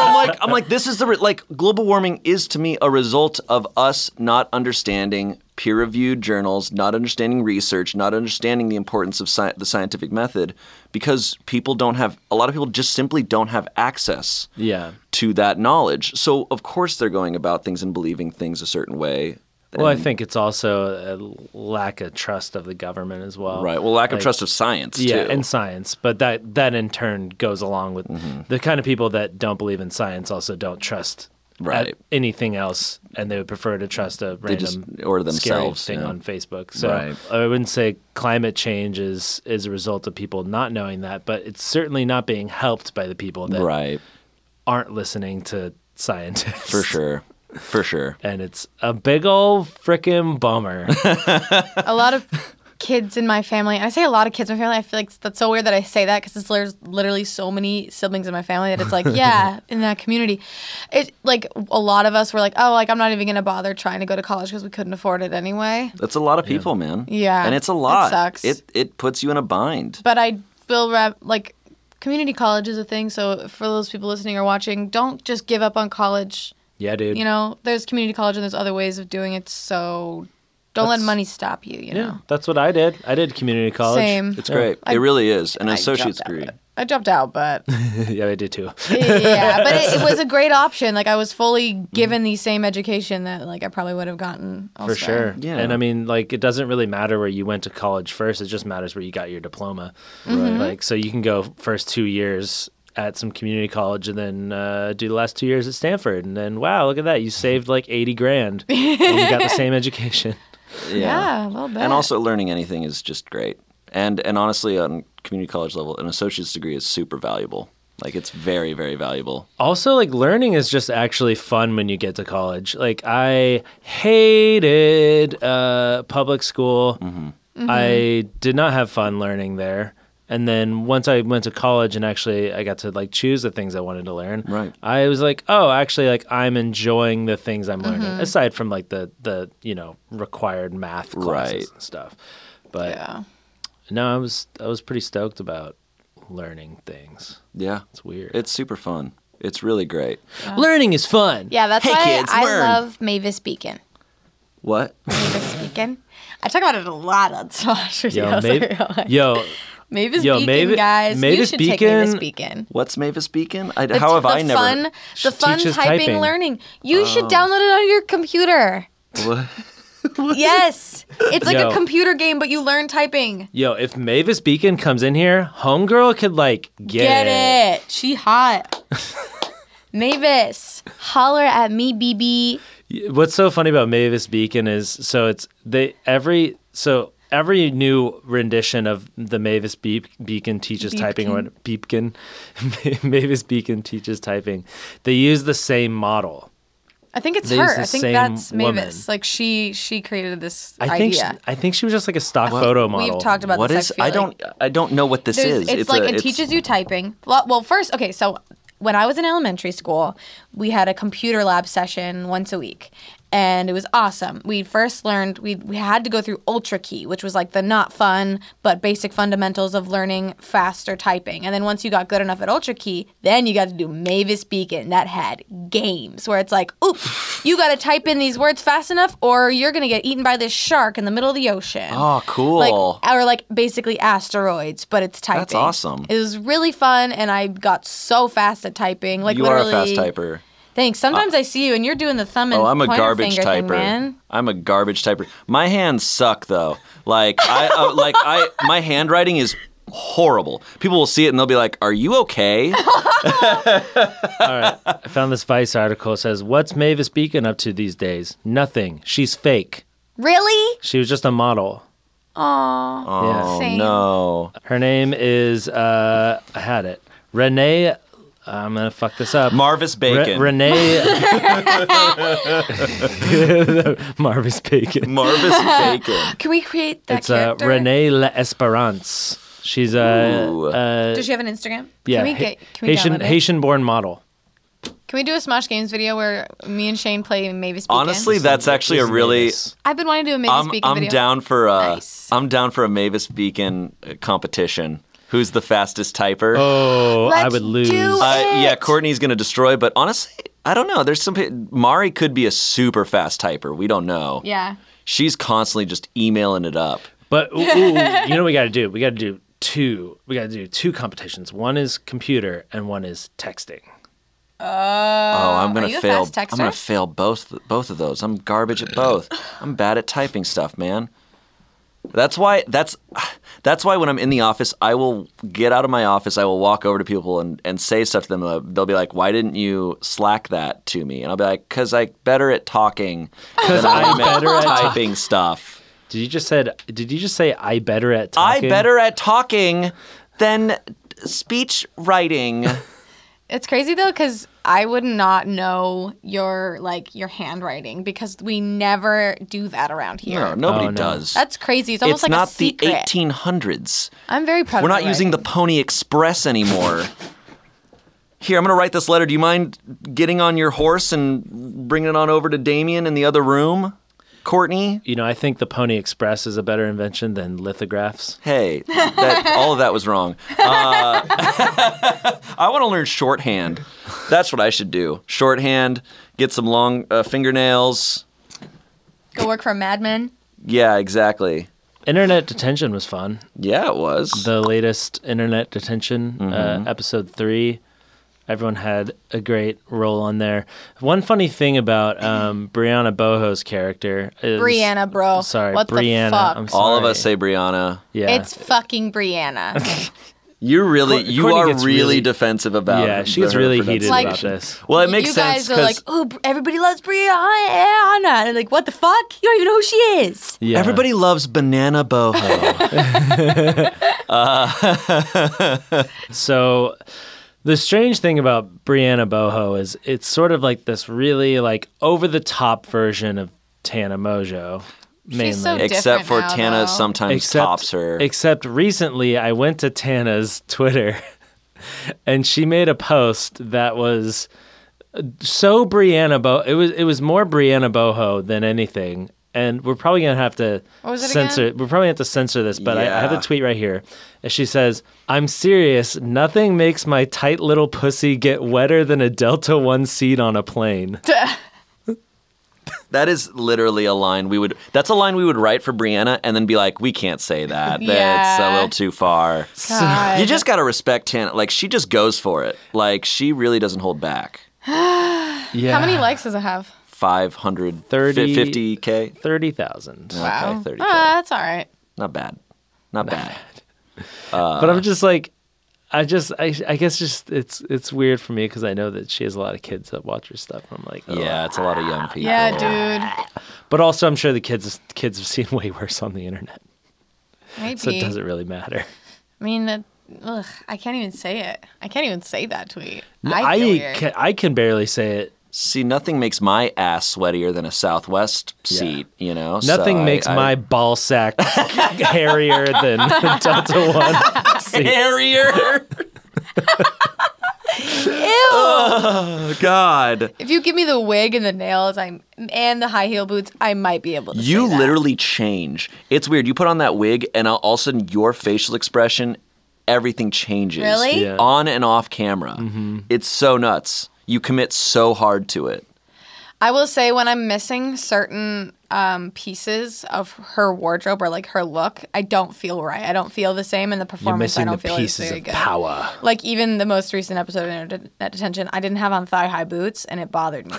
Speaker 3: I'm like, I'm like, this is the re- like global warming is to me a result of us not understanding peer-reviewed journals, not understanding research, not understanding the importance of sci- the scientific method, because people don't have a lot of people just simply don't have access
Speaker 2: yeah
Speaker 3: to that knowledge. So of course they're going about things and believing things a certain way.
Speaker 2: Well, I think it's also a lack of trust of the government as well.
Speaker 3: Right. Well, lack of
Speaker 2: Like,
Speaker 3: trust of science
Speaker 2: Yeah,
Speaker 3: too.
Speaker 2: and science, but
Speaker 3: Mm-hmm.
Speaker 2: that that in turn goes along with the kind of people that don't believe in science also don't trust
Speaker 3: Right.
Speaker 2: at anything else, and they would prefer to trust a random
Speaker 3: just- or themselves,
Speaker 2: scary thing
Speaker 3: yeah.
Speaker 2: on Facebook. So
Speaker 3: Right.
Speaker 2: I wouldn't say climate change is is a result of people not knowing that, but it's certainly not being helped by the people that
Speaker 3: Right.
Speaker 2: aren't listening to scientists
Speaker 3: For sure. For sure.
Speaker 2: And it's a big old frickin' bummer.
Speaker 4: a lot of kids in my family and i say a lot of kids in my family i feel like that's so weird that i say that because there's literally so many siblings in my family that it's like yeah in that community it like a lot of us were like oh like i'm not even gonna bother trying to go to college because we couldn't afford it anyway
Speaker 3: That's a lot of people, man.
Speaker 4: Yeah.
Speaker 3: And it's a
Speaker 4: It
Speaker 3: lot.
Speaker 4: sucks.
Speaker 3: It it puts you in a bind.
Speaker 4: but i will wrap like community college is a thing so for those people listening or watching don't just give up on college
Speaker 2: yeah, dude.
Speaker 4: you know there's community college and there's other ways of doing it so don't let
Speaker 2: That's-
Speaker 4: money stop you you
Speaker 2: yeah,
Speaker 4: know
Speaker 2: that's what I did. I did community college.
Speaker 4: same
Speaker 3: It's great. it really is. An
Speaker 4: I
Speaker 3: associate's
Speaker 4: dropped out,
Speaker 3: degree.
Speaker 4: but- i dropped out but
Speaker 2: yeah, I did too.
Speaker 4: yeah, but it, it was a great option. Like I was fully given the same education that like I probably would have gotten.
Speaker 2: Mm-hmm. For
Speaker 4: elsewhere.
Speaker 2: sure.
Speaker 3: Yeah.
Speaker 2: And I mean, like, it doesn't really matter where you went to college first. It just matters where you got your diploma. Like, so you can go first two years at some community college and then uh, do the last two years at Stanford. And then, wow, look at that. You saved like 80 grand and you got the same education.
Speaker 4: Yeah, a little bit.
Speaker 3: And also learning anything is just great. And and honestly on community college level, an associate's degree is super valuable. Like it's very, very valuable.
Speaker 2: Also, like, learning is just actually fun when you get to college. Like, I hated uh, public school.
Speaker 3: Mm-hmm.
Speaker 2: I did not have fun learning there. And then once I went to college and actually I got to like choose the things I wanted to learn.
Speaker 3: Right.
Speaker 2: I was like, oh, actually, like I'm enjoying the things I'm learning, aside from like the the you know required math classes
Speaker 3: Right.
Speaker 2: and stuff. But
Speaker 4: yeah.
Speaker 2: no, I was I was pretty stoked about learning things.
Speaker 3: Yeah.
Speaker 2: It's weird.
Speaker 3: It's super fun. It's really great.
Speaker 2: learning is fun.
Speaker 4: Yeah, that's
Speaker 3: Hey,
Speaker 4: why
Speaker 3: kids,
Speaker 4: I
Speaker 3: learn.
Speaker 4: love Mavis Beacon.
Speaker 3: What?
Speaker 4: Mavis Beacon. I talk about it a lot on Swash videos.
Speaker 2: Yo,
Speaker 4: I
Speaker 2: Mav-
Speaker 4: realize.
Speaker 2: yo,
Speaker 4: Mavis
Speaker 2: yo,
Speaker 4: Beacon,
Speaker 2: Mavis-
Speaker 4: guys. you
Speaker 2: Mavis
Speaker 4: should take Mavis
Speaker 2: Beacon-
Speaker 4: Beacon.
Speaker 3: What's Mavis Beacon? I,
Speaker 4: The
Speaker 3: how
Speaker 4: t-
Speaker 3: have
Speaker 4: the
Speaker 3: I never
Speaker 4: fun,
Speaker 2: She
Speaker 4: the fun typing,
Speaker 2: teaches typing.
Speaker 4: learning? You should download it on your computer.
Speaker 3: What?
Speaker 4: Yes, it's like
Speaker 2: Yo.
Speaker 4: a computer game, but you learn typing.
Speaker 2: yo, if Mavis Beacon comes in here, homegirl could like get,
Speaker 4: Get it. She hot. Mavis, holler at me, BB.
Speaker 2: What's so funny about Mavis Beacon is so it's they every so every new rendition of the Mavis Beep, Beacon teaches typing or what- Beacon Mavis Beacon teaches typing. They use the same model.
Speaker 4: I think it's
Speaker 2: They use
Speaker 4: her.
Speaker 2: the
Speaker 4: I think
Speaker 2: same
Speaker 4: that's Mavis.
Speaker 2: woman.
Speaker 4: Like she she created this
Speaker 2: I think
Speaker 4: idea.
Speaker 2: she, I think she was just like a stock photo model.
Speaker 4: We've talked about
Speaker 3: What
Speaker 4: this.
Speaker 3: is?
Speaker 4: I,
Speaker 3: I
Speaker 4: feel like.
Speaker 3: don't. I don't know what this
Speaker 4: There's-
Speaker 3: is.
Speaker 4: It's, like
Speaker 3: a-
Speaker 4: it teaches you typing. Well, well, first, okay, so when I was in elementary school, we had a computer lab session once a week, and it was awesome. We first learned we we had to go through UltraKey, which was like the not fun but basic fundamentals of learning faster typing. And then once you got good enough at UltraKey, then you got to do Mavis Beacon that had games where it's like, oop, you got to type in these words fast enough, or you're gonna get eaten by this shark in the middle of the ocean.
Speaker 3: Oh, cool.
Speaker 4: Like or like basically asteroids, but it's typing.
Speaker 3: awesome.
Speaker 4: It was really fun, and I got so fast at typing. Like
Speaker 3: you are a
Speaker 4: literally,
Speaker 3: fast typer. Uh,
Speaker 4: Thanks. Sometimes I see you, and you're doing the thumb and
Speaker 3: Oh, I'm a
Speaker 4: pointer
Speaker 3: garbage
Speaker 4: finger
Speaker 3: typer.
Speaker 4: thing, man.
Speaker 3: I'm a garbage typer. My hands suck though. Like I uh, like I my handwriting is horrible. People will see it and they'll be like, "Are you okay?"
Speaker 2: I found this Vice article it says, "What's Mavis Beacon up to these days? Nothing. She's fake.
Speaker 4: Really?
Speaker 2: She was just a model.
Speaker 4: Aw.
Speaker 2: Yeah.
Speaker 3: Oh
Speaker 4: Same.
Speaker 3: no.
Speaker 2: Her name is uh, I had it. Renee. I'm gonna fuck this up.
Speaker 3: Marvis Bacon.
Speaker 2: Re- Renee Marvis Bacon.
Speaker 3: Marvis
Speaker 4: Uh,
Speaker 3: Bacon.
Speaker 4: Can we create that
Speaker 2: It's uh,
Speaker 4: character?
Speaker 2: Renee La Esperance. She's
Speaker 3: Ooh.
Speaker 2: a
Speaker 4: Does she have an Instagram?
Speaker 2: yeah
Speaker 4: Can we
Speaker 2: Ha-
Speaker 4: get? Can we
Speaker 2: Haitian
Speaker 4: download it?
Speaker 2: Haitian born model.
Speaker 4: Can we do a Smosh Games video where me and Shane play Mavis? Beacon?
Speaker 3: Honestly, that's actually a
Speaker 2: This is
Speaker 3: really
Speaker 2: Mavis.
Speaker 4: I've been wanting to do a Mavis
Speaker 3: I'm
Speaker 4: Beacon
Speaker 3: I'm
Speaker 4: video.
Speaker 3: down for a
Speaker 4: Nice.
Speaker 3: am down for a Mavis Beacon uh, competition. Who's the fastest typer?
Speaker 2: Oh, I
Speaker 4: Let's
Speaker 2: would lose.
Speaker 4: do it.
Speaker 3: Uh, yeah, Courtney's gonna destroy. But honestly, I don't know. There's some pe- Mari could be a super fast typer. We don't know.
Speaker 4: Yeah.
Speaker 3: she's constantly just emailing it up.
Speaker 2: But ooh, ooh, you know what we got to do? We got to do two. We got to do two competitions. One is computer and one is texting.
Speaker 3: oh, I'm gonna
Speaker 4: Uh, you a
Speaker 3: fail.
Speaker 4: fast texter?
Speaker 3: I'm gonna fail both both of those. I'm garbage at both. I'm bad at typing stuff, man. That's why that's that's why when I'm in the office, I will get out of my office, I will walk over to people and, and say stuff to them. Uh, They'll be like, "Why didn't you slack that to me?" And I'll be like, "Cause I'm better at talking than I'm at
Speaker 2: better at
Speaker 3: typing stuff.
Speaker 2: Did you just said? Did you just say I better at
Speaker 3: I
Speaker 2: talking?
Speaker 3: better at talking than speech writing."
Speaker 4: It's crazy though, because I would not know your like your handwriting because we never do that around here.
Speaker 3: No, nobody
Speaker 2: Oh, no.
Speaker 3: does.
Speaker 4: That's crazy. It's almost
Speaker 3: it's
Speaker 4: like
Speaker 3: not
Speaker 4: a
Speaker 3: the
Speaker 4: secret.
Speaker 3: 1800s.
Speaker 4: I'm very proud.
Speaker 3: We're
Speaker 4: of my
Speaker 3: not using the
Speaker 4: writing.
Speaker 3: Pony Express anymore. Here, I'm going to write this letter. Do you mind getting on your horse and bringing it on over to Damien in the other room? Courtney?
Speaker 2: You know, I think the Pony Express is a better invention than lithographs.
Speaker 3: Hey, that, all of that was wrong. Uh, I want to learn shorthand. That's what I should do. Shorthand, get some long uh, fingernails.
Speaker 4: go work for Mad Men.
Speaker 3: Yeah, exactly.
Speaker 2: Internet detention was fun.
Speaker 3: Yeah, it was.
Speaker 2: The latest internet detention,
Speaker 3: Mm-hmm.
Speaker 2: uh, episode three. Everyone had a great role on there. One funny thing about um, Brianna Boho's character is
Speaker 4: Brianna, bro.
Speaker 2: Sorry,
Speaker 4: what
Speaker 2: Brianna.
Speaker 4: The fuck?
Speaker 2: I'm sorry.
Speaker 3: all of us say Brianna.
Speaker 2: yeah.
Speaker 4: It's fucking Brianna.
Speaker 3: You really,
Speaker 2: Cour-
Speaker 3: you
Speaker 2: Courtney
Speaker 3: are
Speaker 2: gets
Speaker 3: really,
Speaker 2: really-
Speaker 3: defensive about.
Speaker 2: yeah, she
Speaker 3: Um, her
Speaker 2: gets really heated
Speaker 3: pronunciation.
Speaker 2: about this.
Speaker 3: Well, it makes
Speaker 4: you
Speaker 3: sense
Speaker 4: guys are like,
Speaker 3: because
Speaker 4: oh, everybody loves Brianna. And they're like, what the fuck? You don't even know who she is.
Speaker 2: Yeah.
Speaker 3: everybody loves banana boho.
Speaker 2: So the strange thing about Brianna Boho is it's sort of like this really like over the top version of Tana Mojo. Mainly.
Speaker 4: She's so
Speaker 3: Except
Speaker 4: different
Speaker 3: for
Speaker 4: now,
Speaker 3: Tana,
Speaker 4: though.
Speaker 3: sometimes tops her.
Speaker 2: Except recently, I went to Tana's Twitter, and she made a post that was so Brianna Bo. It was it was more Brianna Boho than anything. And we're probably gonna have to
Speaker 4: was it
Speaker 2: censor. We're probably gonna have to censor this, but I, I have
Speaker 3: Yeah.
Speaker 2: the tweet right here. And she says, "I'm serious. Nothing makes my tight little pussy get wetter than a Delta One seat on a plane."
Speaker 3: that is literally a line we would. That's a line we would write for Brianna, and then be like, we can't say that. That's a
Speaker 4: Yeah.
Speaker 3: little too far.
Speaker 4: God.
Speaker 3: You just gotta respect Tana. Like she just goes for it. Like she really doesn't hold back.
Speaker 2: Yeah.
Speaker 4: How many likes does it have?
Speaker 3: 500,
Speaker 2: Thirty-
Speaker 3: 50k.
Speaker 2: Thirty thousand.
Speaker 4: Wow.
Speaker 3: Okay, 30K.
Speaker 4: Ah, that's all right.
Speaker 3: Not bad. Not bad.
Speaker 2: but I'm just like, I just, I, I guess, just it's it's weird for me because I know that she has a lot of kids that watch her stuff. I'm like, oh.
Speaker 3: Yeah, it's a lot of young people.
Speaker 4: Yeah, dude.
Speaker 2: But also, I'm sure the kids kids have seen way worse on the internet,
Speaker 4: Maybe.
Speaker 2: so it doesn't really matter.
Speaker 4: I mean, that, ugh, I can't even say it. I can't even say that tweet. I, feel
Speaker 2: I
Speaker 4: weird.
Speaker 2: can, I can barely say it.
Speaker 3: See, nothing makes my ass sweatier than a Southwest seat, you know? so
Speaker 2: Nothing
Speaker 3: I-
Speaker 2: makes
Speaker 3: I-
Speaker 2: my ball sack hairier than Delta One. seat.
Speaker 3: hairier.
Speaker 4: Ew.
Speaker 3: oh, God.
Speaker 4: If you give me the wig and the nails, I'm and the high heel boots, I might be able to.
Speaker 3: You
Speaker 4: say that.
Speaker 3: literally change. It's weird. You put on that wig, and all- all of a sudden, your facial expression, everything changes.
Speaker 4: Really?
Speaker 2: Yeah. Mm-hmm.
Speaker 3: On and off camera. It's so nuts. You commit so hard to it.
Speaker 4: I will say when I'm missing certain um, pieces of her wardrobe or like her look, I don't feel right. I don't feel the same in the
Speaker 2: You're
Speaker 4: performance.
Speaker 2: missing
Speaker 4: I
Speaker 2: the
Speaker 4: don't feel it's
Speaker 2: pieces
Speaker 4: very
Speaker 2: of
Speaker 4: good.
Speaker 2: power.
Speaker 4: Like even the most recent episode of Internet Detention, I didn't have on thigh high boots, and it bothered me.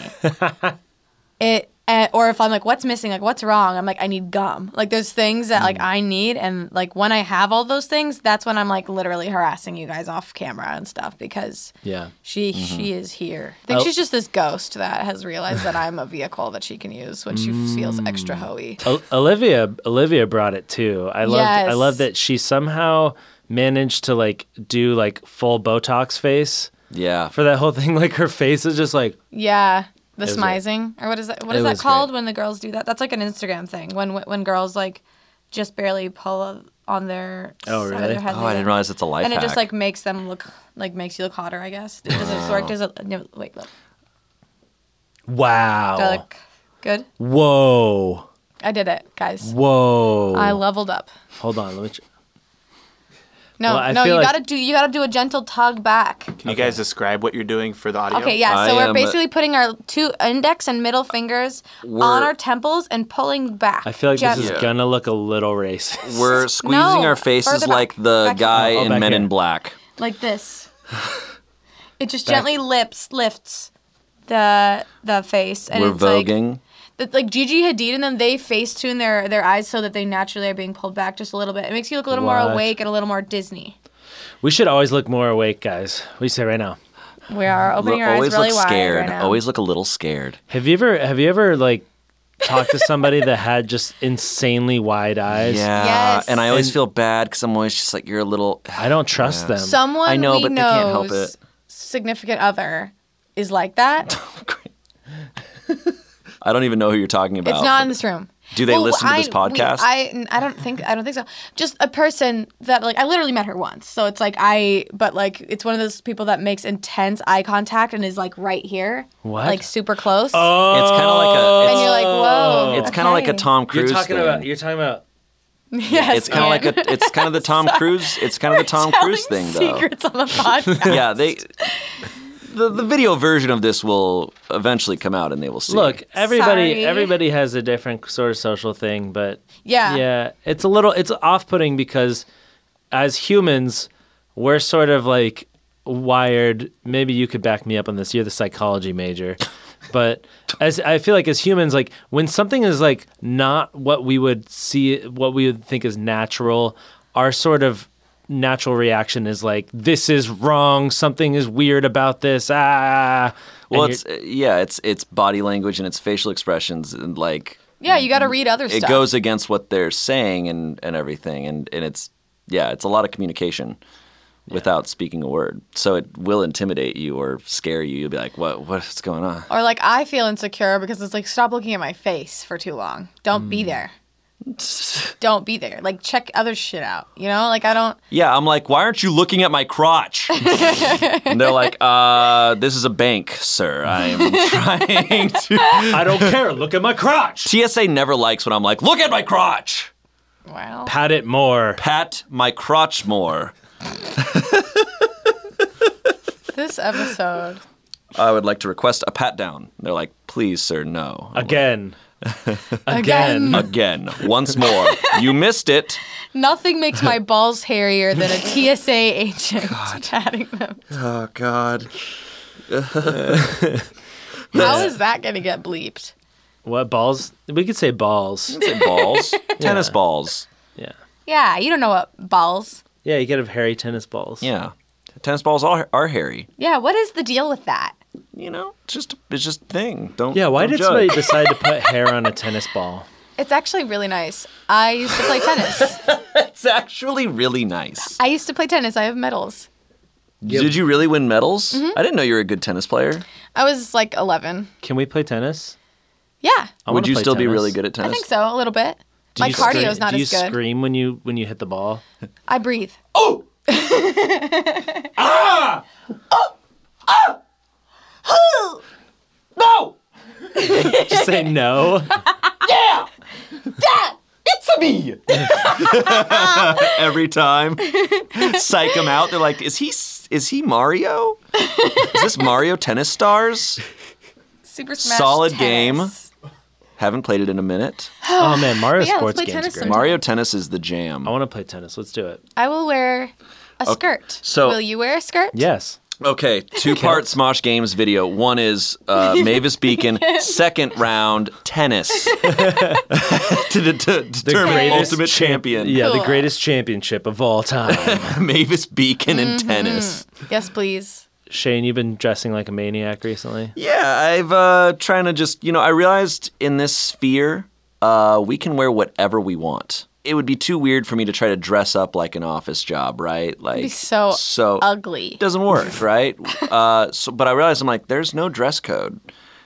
Speaker 4: it and, or if I'm like, what's missing? Like what's wrong? I'm like, I need gum. Like there's things that
Speaker 2: Mm.
Speaker 4: like I need, and like when I have all those things, that's when I'm like literally harassing you guys off camera and stuff because
Speaker 2: Yeah. Mm-hmm.
Speaker 4: she she is here. I think
Speaker 2: Oh.
Speaker 4: she's just this ghost that has realized that I'm a vehicle that she can use when she feels
Speaker 2: Mm.
Speaker 4: extra hoey.
Speaker 2: O- Olivia Olivia brought it too. I love I
Speaker 4: Yes.
Speaker 2: love that she somehow managed to like do like full Botox face
Speaker 3: Yeah.
Speaker 2: for that whole thing. Like her face is just like
Speaker 4: Yeah, the
Speaker 2: was
Speaker 4: smizing or what is that? What
Speaker 2: It
Speaker 4: is that
Speaker 2: was
Speaker 4: called
Speaker 2: great.
Speaker 4: when the girls do that? That's like an Instagram thing when when girls like just barely pull on their
Speaker 2: Oh,
Speaker 4: side of
Speaker 2: really?
Speaker 4: their head
Speaker 3: Oh, I didn't realize it's a life
Speaker 4: and it just
Speaker 3: hack.
Speaker 4: like makes them look like makes you look hotter. I guess does it work? Does
Speaker 3: Oh.
Speaker 4: it no, wait look?
Speaker 2: wow.
Speaker 4: Do I
Speaker 3: Oh.
Speaker 4: look good?
Speaker 2: Whoa.
Speaker 4: I did it, guys.
Speaker 2: Whoa.
Speaker 4: I leveled up.
Speaker 2: Hold on, let me. Ch-
Speaker 4: No,
Speaker 2: Well, I
Speaker 4: no,
Speaker 2: feel
Speaker 4: you
Speaker 2: like-
Speaker 4: gotta do you gotta do a gentle tug back.
Speaker 6: Can you guys describe what you're doing for the audio?
Speaker 4: Okay, yeah. So
Speaker 3: I
Speaker 4: we're
Speaker 3: am-
Speaker 4: basically putting our two index and middle fingers on
Speaker 3: We're-
Speaker 4: our temples and pulling back.
Speaker 2: I feel like this is
Speaker 3: Yeah.
Speaker 2: gonna look a little racist.
Speaker 3: We're squeezing
Speaker 4: No,
Speaker 3: our faces
Speaker 4: further
Speaker 3: like
Speaker 4: back.
Speaker 3: the
Speaker 4: Back here.
Speaker 3: guy
Speaker 2: Oh,
Speaker 3: in
Speaker 2: back
Speaker 3: Men
Speaker 2: here.
Speaker 3: in Black.
Speaker 4: like this. It just gently lips lifts the the face, and
Speaker 3: We're
Speaker 4: it's like
Speaker 3: voguing.
Speaker 4: that like Gigi Hadid and them they face tune their their eyes so that they naturally are being pulled back just a little bit. It makes you look a little
Speaker 2: What?
Speaker 4: more awake and a little more Disney.
Speaker 2: We should always look more awake, guys. We say right now.
Speaker 4: We are opening our eyes
Speaker 3: always
Speaker 4: really
Speaker 3: look
Speaker 4: wide
Speaker 3: scared.
Speaker 4: right now.
Speaker 3: always look a little scared.
Speaker 2: Have you ever have you ever like talked to somebody that had just insanely wide eyes?
Speaker 3: Yeah.
Speaker 4: Yes.
Speaker 3: And I always
Speaker 2: And-
Speaker 3: feel bad because I'm always just like, you're a little.
Speaker 2: I don't trust them.
Speaker 4: Someone
Speaker 3: I know,
Speaker 4: we
Speaker 3: but they
Speaker 4: knows
Speaker 3: can't help it.
Speaker 4: significant other is like that.
Speaker 3: I don't even know who you're talking about.
Speaker 4: It's not
Speaker 3: but
Speaker 4: in this room.
Speaker 3: Do they listen to this
Speaker 4: we-
Speaker 3: podcast?
Speaker 4: I I don't think I don't think so. Just a person that like I literally met her once, so it's like I but like it's one of those people that makes intense eye contact and is like right here,
Speaker 2: What?
Speaker 4: like super close.
Speaker 3: It's kind of like a.
Speaker 4: and
Speaker 3: It's,
Speaker 4: you're like whoa.
Speaker 3: it's kind of like a
Speaker 4: okay.
Speaker 3: Tom Cruise
Speaker 2: Oh. You're talking
Speaker 3: thing.
Speaker 2: about you're talking about
Speaker 4: Yes,
Speaker 3: it's kind of like a. It's kind of the Tom Cruise. It's kind of the Tom Cruise thing, though.
Speaker 4: Secrets on the podcast.
Speaker 3: Yeah, they. The, the video version of this will eventually come out, and they will see.
Speaker 2: Look, everybody
Speaker 4: Sorry.
Speaker 2: everybody has a different sort of social thing, but
Speaker 4: Yeah.
Speaker 2: Yeah, it's a little it's off-putting because as humans, we're sort of like wired, maybe you could back me up on this. You're the psychology major. But as I feel like as humans like when something is like not what we would see what we would think is natural, our sort of natural reaction is like this is wrong, something is weird about this. Ah. And
Speaker 3: well,
Speaker 2: you're-
Speaker 3: it's yeah, it's it's body language and it's facial expressions, and like
Speaker 4: yeah, you got to read other
Speaker 3: it
Speaker 4: stuff.
Speaker 3: goes against what they're saying and, and everything and, and it's yeah it's a lot of communication without speaking a word so it will intimidate you or scare you you'll be like what what's going on
Speaker 4: or like I feel insecure because it's like stop looking at my face for too long. Don't be there. Don't be there. Like check other shit out. You know, like I don't.
Speaker 3: yeah i'm like why aren't you looking at my crotch and they're like uh this is a bank sir i'm trying to
Speaker 2: I don't care. Look at my crotch.
Speaker 3: tsa never likes when i'm like look at my crotch
Speaker 4: Well,
Speaker 2: Pat it more.
Speaker 3: pat my crotch more
Speaker 4: this episode.
Speaker 3: i would like to request a pat down they're like please sir no I'm like,
Speaker 2: Again.
Speaker 4: Again.
Speaker 3: again once more you missed it
Speaker 4: Nothing makes my balls hairier than a TSA agent patting them.
Speaker 3: oh god
Speaker 4: How is that going to get bleeped?
Speaker 2: What balls? We could say balls.
Speaker 3: Say balls. Tennis balls.
Speaker 2: Yeah.
Speaker 4: Yeah, you don't know what balls.
Speaker 2: Yeah, you could have hairy tennis balls.
Speaker 3: Yeah. Tennis balls are, are hairy.
Speaker 4: Yeah, what is the deal with that?
Speaker 3: You know, it's just it's just a thing. Don't
Speaker 2: Yeah, why
Speaker 3: don't
Speaker 2: did
Speaker 3: judge.
Speaker 2: somebody decide to put hair on a tennis ball?
Speaker 4: It's actually really nice. I used to play tennis.
Speaker 3: It's actually really nice.
Speaker 4: I used to play tennis. I have medals.
Speaker 3: Did you really win medals?
Speaker 4: Mm-hmm.
Speaker 3: I didn't know you were a good tennis player.
Speaker 4: I was like 11.
Speaker 2: Can we play tennis?
Speaker 4: Yeah,
Speaker 2: I
Speaker 3: Would
Speaker 2: wanna
Speaker 3: you
Speaker 2: play
Speaker 3: still be
Speaker 2: tennis.
Speaker 3: really good at tennis?
Speaker 4: I think so, a little bit.
Speaker 2: Do
Speaker 4: my
Speaker 2: you
Speaker 4: cardio
Speaker 2: scream-
Speaker 4: is not
Speaker 2: do
Speaker 4: as
Speaker 2: you
Speaker 4: good.
Speaker 2: scream when you when you hit the ball?
Speaker 4: I breathe.
Speaker 2: Just say no.
Speaker 3: Every time, psych them out. They're like, "Is he is he Mario? Is this Mario Tennis Stars?
Speaker 4: Super Smash
Speaker 3: Solid
Speaker 4: tennis.
Speaker 3: Haven't played it in a minute.
Speaker 2: Oh man, Mario
Speaker 4: Yeah, let's
Speaker 2: sports
Speaker 4: play
Speaker 2: games
Speaker 4: tennis
Speaker 2: are great.
Speaker 4: sometime.
Speaker 3: Mario Tennis is the jam."
Speaker 2: I want to play tennis. Let's do it.
Speaker 4: I will wear a skirt.
Speaker 3: so-
Speaker 4: will you wear a skirt?
Speaker 2: Yes.
Speaker 3: Okay, two part Smosh Games video. One is uh, Mavis Beacon, second round tennis to, de- to determine
Speaker 2: greatest
Speaker 3: ultimate champion.
Speaker 2: Yeah, the
Speaker 4: Cool.
Speaker 2: greatest championship of all time.
Speaker 3: Mavis Beacon in tennis.
Speaker 4: Yes, please.
Speaker 2: Shane, you've been dressing like a maniac recently.
Speaker 3: Yeah, I've uh, trying to just you know I realized in this sphere uh, we can wear whatever we want. It would be too weird for me to try to dress up like an office job, right? Like
Speaker 4: Be so
Speaker 3: so
Speaker 4: ugly.
Speaker 3: It doesn't work, right? uh, so, but I realized I'm like, there's no dress code.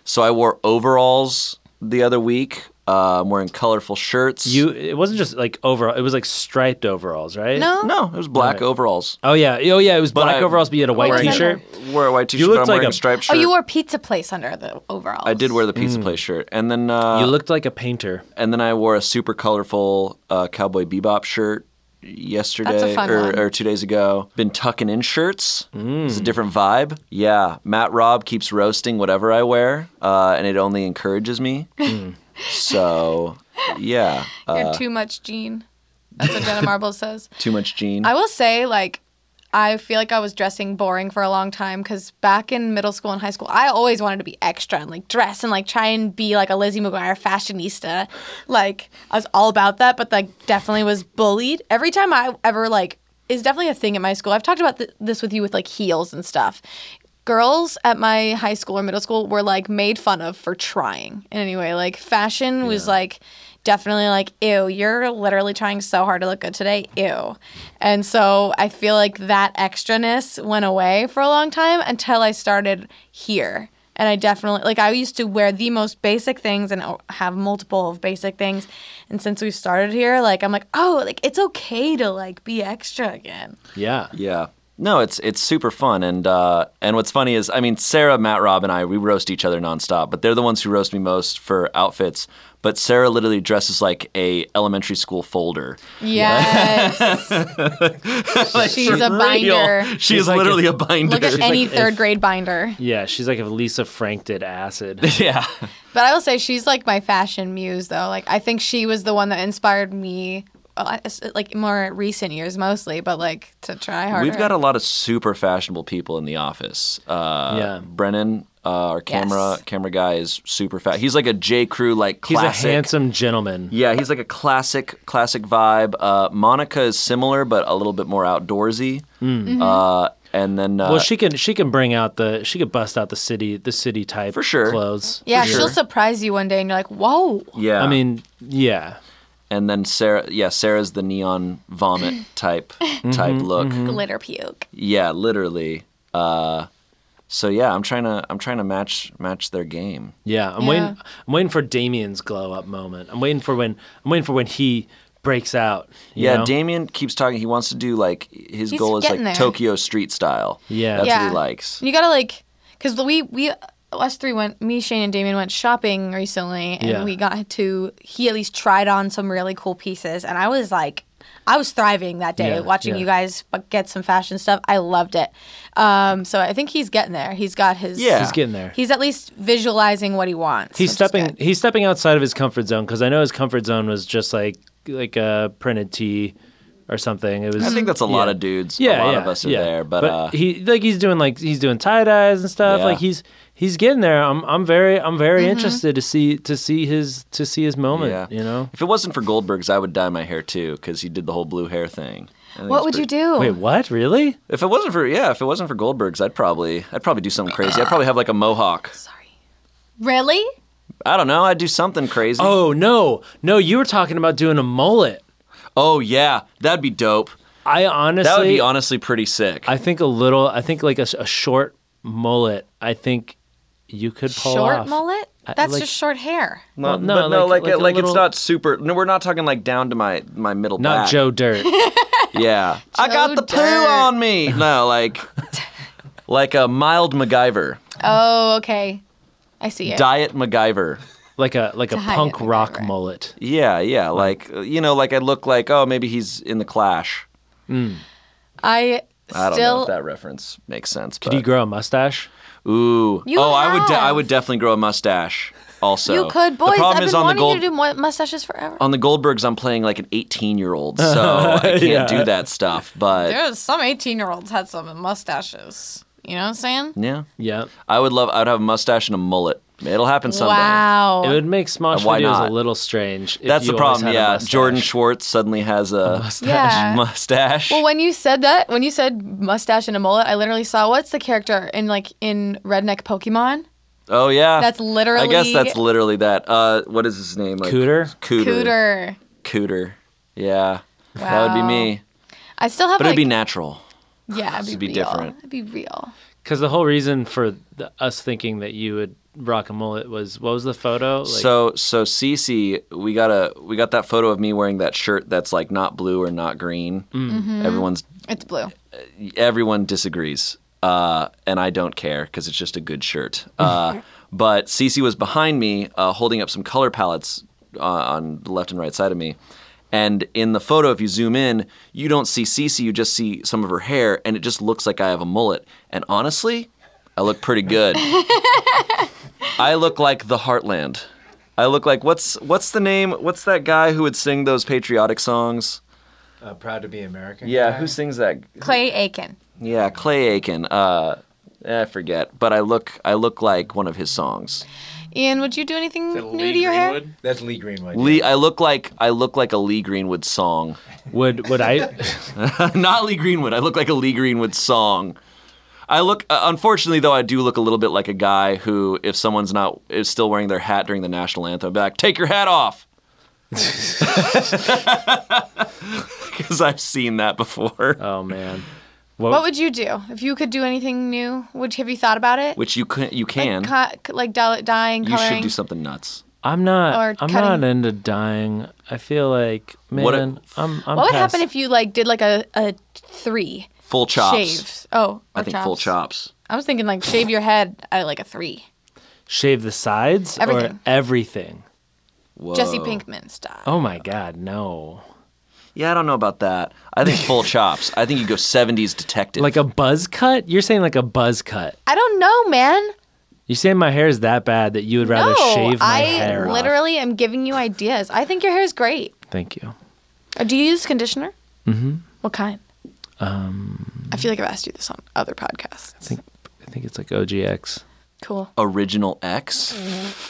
Speaker 3: So I wore overalls the other week. Uh, I'm wearing colorful shirts.
Speaker 2: You it wasn't just like overall, it was like striped overalls, right?
Speaker 4: No.
Speaker 3: No, it was black
Speaker 2: Right.
Speaker 3: overalls.
Speaker 2: Oh yeah, oh yeah. It was black
Speaker 3: I-
Speaker 2: overalls, but you had a white
Speaker 4: was I
Speaker 2: T-shirt.
Speaker 3: Wear a white t-shirt. but
Speaker 2: looked
Speaker 3: I'm
Speaker 2: like
Speaker 3: wearing
Speaker 2: a-
Speaker 3: a striped
Speaker 4: Oh,
Speaker 3: shirt.
Speaker 4: you wore pizza place under the overalls.
Speaker 3: I did wear the pizza place shirt, and then uh,
Speaker 2: Mm. You looked like a painter.
Speaker 3: and then I wore a super colorful uh, cowboy bebop shirt yesterday
Speaker 4: fun
Speaker 3: or,
Speaker 4: one.
Speaker 3: or two days ago. Been tucking in shirts. It's a different vibe. Yeah, Matt Robb keeps roasting whatever I wear, uh, and it only encourages me. So yeah, uh,
Speaker 4: You're too much Jean. That's what Jenna Marbles says.
Speaker 3: too much Gene.
Speaker 4: I will say, like, I feel like I was dressing boring for a long time because back in middle school and high school, I always wanted to be extra and like dress and like try and be like a Lizzie McGuire fashionista. Like I was all about that, but like definitely was bullied every time I ever like is definitely a thing at my school. I've talked about th- this with you with like heels and stuff. Girls at my high school or middle school were like made fun of for trying in any way. Like fashion was like definitely like ew you're literally trying so hard to look good today ew and so i feel like that extraness went away for a long time until i started here and i definitely like i used to wear the most basic things and oh, have multiple of basic things and since we've started here like i'm like oh like it's okay to like be extra again
Speaker 2: Yeah.
Speaker 3: Yeah. No, it's it's super fun, and uh, and what's funny is, I mean, Sarah, Matt, Rob, and I we roast each other nonstop, but they're the ones who roast me most for outfits. But Sarah literally dresses like a elementary school folder.
Speaker 4: yes she's a binder
Speaker 3: She is
Speaker 2: like
Speaker 3: literally a, binder.
Speaker 4: look at any
Speaker 2: if-
Speaker 4: third grade binder
Speaker 2: Yeah. She's like if Lisa Frank did acid.
Speaker 3: yeah.
Speaker 4: But I will say she's like my fashion muse, though. Like I think she was the one that inspired me, well, I- it's, like more recent years mostly, but like to try harder.
Speaker 3: We've got a lot of super fashionable people in the office. Uh,
Speaker 2: Yeah.
Speaker 3: Brennan, uh, our camera
Speaker 4: Yes.
Speaker 3: camera guy is super fat. He's like a J Crew like
Speaker 2: He's
Speaker 3: classic.
Speaker 2: a handsome gentleman.
Speaker 3: Yeah, he's like a classic, classic vibe. Uh, Monica is similar, but a little bit more outdoorsy. Uh, and then, uh,
Speaker 2: Hmm. Well, she can she can bring out the she could bust out the city the city type
Speaker 3: For sure.
Speaker 2: clothes.
Speaker 4: yeah,
Speaker 3: for sure.
Speaker 4: she'll surprise you one day, and you're like, "Whoa!"
Speaker 3: yeah.
Speaker 2: I mean, yeah.
Speaker 3: and then Sarah, yeah, Sarah's the neon vomit type
Speaker 2: Mm-hmm.
Speaker 3: type look.
Speaker 4: Glitter puke.
Speaker 3: Yeah, literally. Uh, so yeah, I'm trying to I'm trying to match match their game.
Speaker 2: Yeah, I'm
Speaker 4: Yeah.
Speaker 2: waiting. I'm waiting for Damien's glow up moment. I'm waiting for when I'm waiting for when he breaks out. you
Speaker 3: Yeah,
Speaker 2: know?
Speaker 3: Damien keeps talking. He wants to do like his
Speaker 4: He's
Speaker 3: goal is like
Speaker 4: getting there.
Speaker 3: Tokyo street style.
Speaker 2: Yeah.
Speaker 3: that's what
Speaker 4: Yeah.
Speaker 3: he likes.
Speaker 4: You gotta like, because we we us three went. Me, Shane, and Damien went shopping recently, and
Speaker 2: Yeah.
Speaker 4: we got to. He at least tried on some really cool pieces, and I was like, I was thriving that day
Speaker 2: Yeah,
Speaker 4: watching
Speaker 2: yeah.
Speaker 4: you guys bu- get some fashion stuff. I loved it. Um, so I think he's getting there. He's got his.
Speaker 3: Yeah.
Speaker 2: he's getting there.
Speaker 4: He's at least visualizing what he wants.
Speaker 2: he's
Speaker 4: which is
Speaker 2: stepping
Speaker 4: good.
Speaker 2: he's stepping outside of his comfort zone because I know his comfort zone was just like like a printed tee or something. It was
Speaker 3: I think that's a lot of dudes.
Speaker 2: Mm-hmm. yeah,
Speaker 3: a lot
Speaker 2: yeah,
Speaker 3: of us are
Speaker 2: yeah.
Speaker 3: there, but, uh,
Speaker 2: he like he's doing like he's doing tie dyes and stuff.
Speaker 3: Yeah.
Speaker 2: Like he's he's getting there. I'm I'm very I'm very
Speaker 4: Mm-hmm.
Speaker 2: interested to see to see his to see his moment. You know.
Speaker 3: If it wasn't for Goldberg's, I would dye my hair too because he did the whole blue hair thing. I think
Speaker 4: What
Speaker 3: it's
Speaker 4: would you
Speaker 3: pretty-
Speaker 4: do?
Speaker 2: Wait, what? Really?
Speaker 3: If it wasn't for yeah, if it wasn't for Goldberg's, I'd probably I'd probably do something crazy. I'd probably have like a mohawk.
Speaker 4: Really?
Speaker 3: I don't know. I'd do something crazy.
Speaker 2: Oh no, no! You were talking about doing a mullet.
Speaker 3: Oh, yeah, that'd be dope.
Speaker 2: I honestly,
Speaker 3: That would be honestly pretty sick.
Speaker 2: I think a little. I think like a, s- a short mullet. I think you could pull
Speaker 4: short
Speaker 2: off.
Speaker 4: mullet?
Speaker 2: I-
Speaker 4: That's
Speaker 2: like- Mm-hmm.
Speaker 4: just short hair.
Speaker 2: Well, no,
Speaker 3: but no,
Speaker 2: like- like
Speaker 3: like
Speaker 2: a
Speaker 3: like
Speaker 2: little-
Speaker 3: it's not super. No, we're not talking like down to my my middle.
Speaker 2: Not
Speaker 3: back.
Speaker 2: Joe Dirt.
Speaker 3: Yeah, I got the poo
Speaker 4: Dirt.
Speaker 3: on me. No, like like a mild MacGyver,
Speaker 4: Oh, okay. I see it.
Speaker 3: diet MacGyver.
Speaker 2: like a like a
Speaker 4: Diet
Speaker 2: punk rock
Speaker 4: MacGyver.
Speaker 2: mullet.
Speaker 3: Yeah, yeah. Like uh, you know, like I look like oh maybe he's in the Clash.
Speaker 4: I still.
Speaker 3: I don't know if that reference makes sense.
Speaker 2: Could you grow a mustache?
Speaker 3: ooh,
Speaker 4: You
Speaker 3: oh, I would. De- I
Speaker 4: have.
Speaker 3: would definitely grow a mustache. Also,
Speaker 4: you could,
Speaker 3: The
Speaker 4: boys.
Speaker 3: problem
Speaker 4: I've
Speaker 3: is
Speaker 4: been
Speaker 3: on
Speaker 4: wanting
Speaker 3: the Gold-
Speaker 4: you to do mu- mustaches forever.
Speaker 3: on the Goldbergs, I'm playing like an 18 year old, so I can't
Speaker 2: Yeah.
Speaker 3: do that stuff. But
Speaker 4: There's some 18 year olds had some mustaches. You know what I'm saying?
Speaker 3: yeah,
Speaker 2: Yeah,
Speaker 3: I would love. I'd have a mustache and a mullet. It'll happen someday.
Speaker 4: Wow.
Speaker 2: it would make Smosh
Speaker 3: Why
Speaker 2: videos
Speaker 3: not?
Speaker 2: a little strange. if
Speaker 3: That's the
Speaker 2: you always
Speaker 3: problem.
Speaker 2: had a
Speaker 3: Yeah,
Speaker 2: mustache.
Speaker 3: Jordan Schwartz suddenly has a mustache.
Speaker 4: Yeah. Well, when you said that, when you said mustache and a mullet, I literally saw what's the character in like in Redneck Pokemon?
Speaker 3: oh yeah,
Speaker 4: That's
Speaker 3: I
Speaker 4: literally.
Speaker 3: guess that's literally that. Uh, what is his name? Like,
Speaker 2: Cooter.
Speaker 3: Cooter.
Speaker 4: Cooter.
Speaker 3: Cooter. Yeah, that would be
Speaker 4: Wow.
Speaker 3: me.
Speaker 4: I still have
Speaker 3: But
Speaker 4: like.
Speaker 3: it'd be natural.
Speaker 4: yeah, it'd
Speaker 3: it'd be
Speaker 4: real.
Speaker 3: different.
Speaker 4: It'd be real.
Speaker 2: Because the whole reason for the, us thinking that you would rock a mullet was what was the photo? Like,
Speaker 3: so so Cece, we got a we got that photo of me wearing that shirt that's like not blue or not green.
Speaker 2: Mm.
Speaker 4: Mm-hmm.
Speaker 3: Everyone's
Speaker 4: It's blue.
Speaker 3: everyone disagrees, uh, and I don't care because it's just a good shirt. Uh, but Cece was behind me, uh, holding up some color palettes uh, on the left and right side of me. And in the photo, if you zoom in, you don't see Cece, you just see some of her hair, and it just looks like I have a mullet. And honestly, I look pretty good. I look like the Heartland. I look like what's what's the name? What's that guy who would sing those patriotic songs?
Speaker 1: Uh, Proud to be American.
Speaker 3: Yeah,
Speaker 1: guy.
Speaker 3: who sings that?
Speaker 4: Clay Aiken.
Speaker 3: Yeah, Clay Aiken. Uh, I forget, but I look I look like one of his songs.
Speaker 4: Ian, would you do anything
Speaker 6: Is that
Speaker 4: new
Speaker 6: Lee
Speaker 4: to your hair?
Speaker 6: Greenwood?
Speaker 1: That's Lee Greenwood.
Speaker 3: Lee, I look like I look like a Lee Greenwood song.
Speaker 2: Would would I?
Speaker 3: Not Lee Greenwood. I look like a Lee Greenwood song. I look. Uh, unfortunately, though, I do look a little bit like a guy who, if someone's not is still wearing their hat during the national anthem, I'd be like, "Take your hat off," because I've seen that before.
Speaker 2: Oh man.
Speaker 4: What would you do if you could do anything new? Would have you thought about it?
Speaker 3: Which you can. You can.
Speaker 4: Like, co- like dye- dyeing,
Speaker 3: you should
Speaker 4: coloring.
Speaker 3: do something nuts.
Speaker 2: I'm not.
Speaker 4: Or
Speaker 2: I'm
Speaker 4: cutting-
Speaker 2: not into dying. I feel like man.
Speaker 3: What a-
Speaker 2: I'm. I'm
Speaker 4: what would
Speaker 2: past-
Speaker 4: happen if you like did like a, a three
Speaker 3: Full chops.
Speaker 4: shaves? Oh,
Speaker 3: I
Speaker 4: or
Speaker 3: think
Speaker 4: chops.
Speaker 3: full chops.
Speaker 4: I was thinking like shave your head at like a three.
Speaker 2: shave the sides
Speaker 4: Everything.
Speaker 2: or everything?
Speaker 3: Whoa.
Speaker 4: Jesse Pinkman style.
Speaker 2: Oh my God, no!
Speaker 3: Yeah, I don't know about that. I think full chops. I think you go 70s detective.
Speaker 2: Like a buzz cut? You're saying like a buzz cut?
Speaker 4: I don't know, man.
Speaker 2: You're saying my hair is that bad that you would rather
Speaker 4: no,
Speaker 2: shave my
Speaker 4: I
Speaker 2: hair? off?
Speaker 4: literally am giving you ideas. I think your hair is great.
Speaker 2: Thank you.
Speaker 4: Uh, Do you use conditioner? Mm-hmm. What kind? Um, I feel like I've asked you this on other podcasts.
Speaker 2: I think I think it's like OGX.
Speaker 4: Cool.
Speaker 3: original X.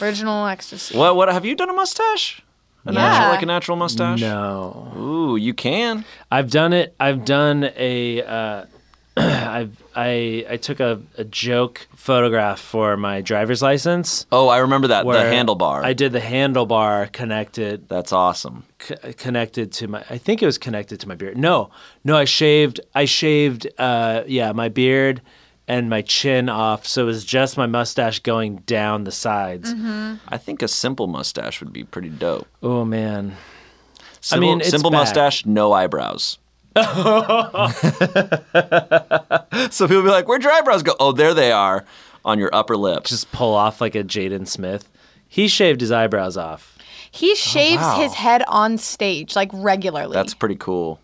Speaker 4: Original ecstasy.
Speaker 3: What? What? Have you done a mustache? A
Speaker 4: Yeah.
Speaker 3: natural, like a natural mustache?
Speaker 2: No.
Speaker 3: Ooh, you can.
Speaker 2: I've done it. I've done a. Uh, I've, I I took a, a joke photograph for my driver's license.
Speaker 3: Oh, I remember that.
Speaker 2: where
Speaker 3: the handlebar.
Speaker 2: I did the handlebar connected
Speaker 3: That's awesome.
Speaker 2: c- connected to my. I think it was connected to my beard. No, no, I shaved. I shaved. Uh, yeah, my beard and my chin off, so it was just my mustache going down the sides.
Speaker 3: I think a simple mustache would be pretty dope.
Speaker 2: Oh man,
Speaker 3: Simple,
Speaker 2: mean, it's
Speaker 3: simple
Speaker 2: back.
Speaker 3: mustache, no eyebrows. so people be like, "Where'd your eyebrows go?" Oh, there they are, on your upper lip.
Speaker 2: just pull off like a Jaden Smith. He shaved his eyebrows off.
Speaker 4: He shaves
Speaker 3: oh, wow.
Speaker 4: his head on stage like regularly.
Speaker 3: That's pretty cool.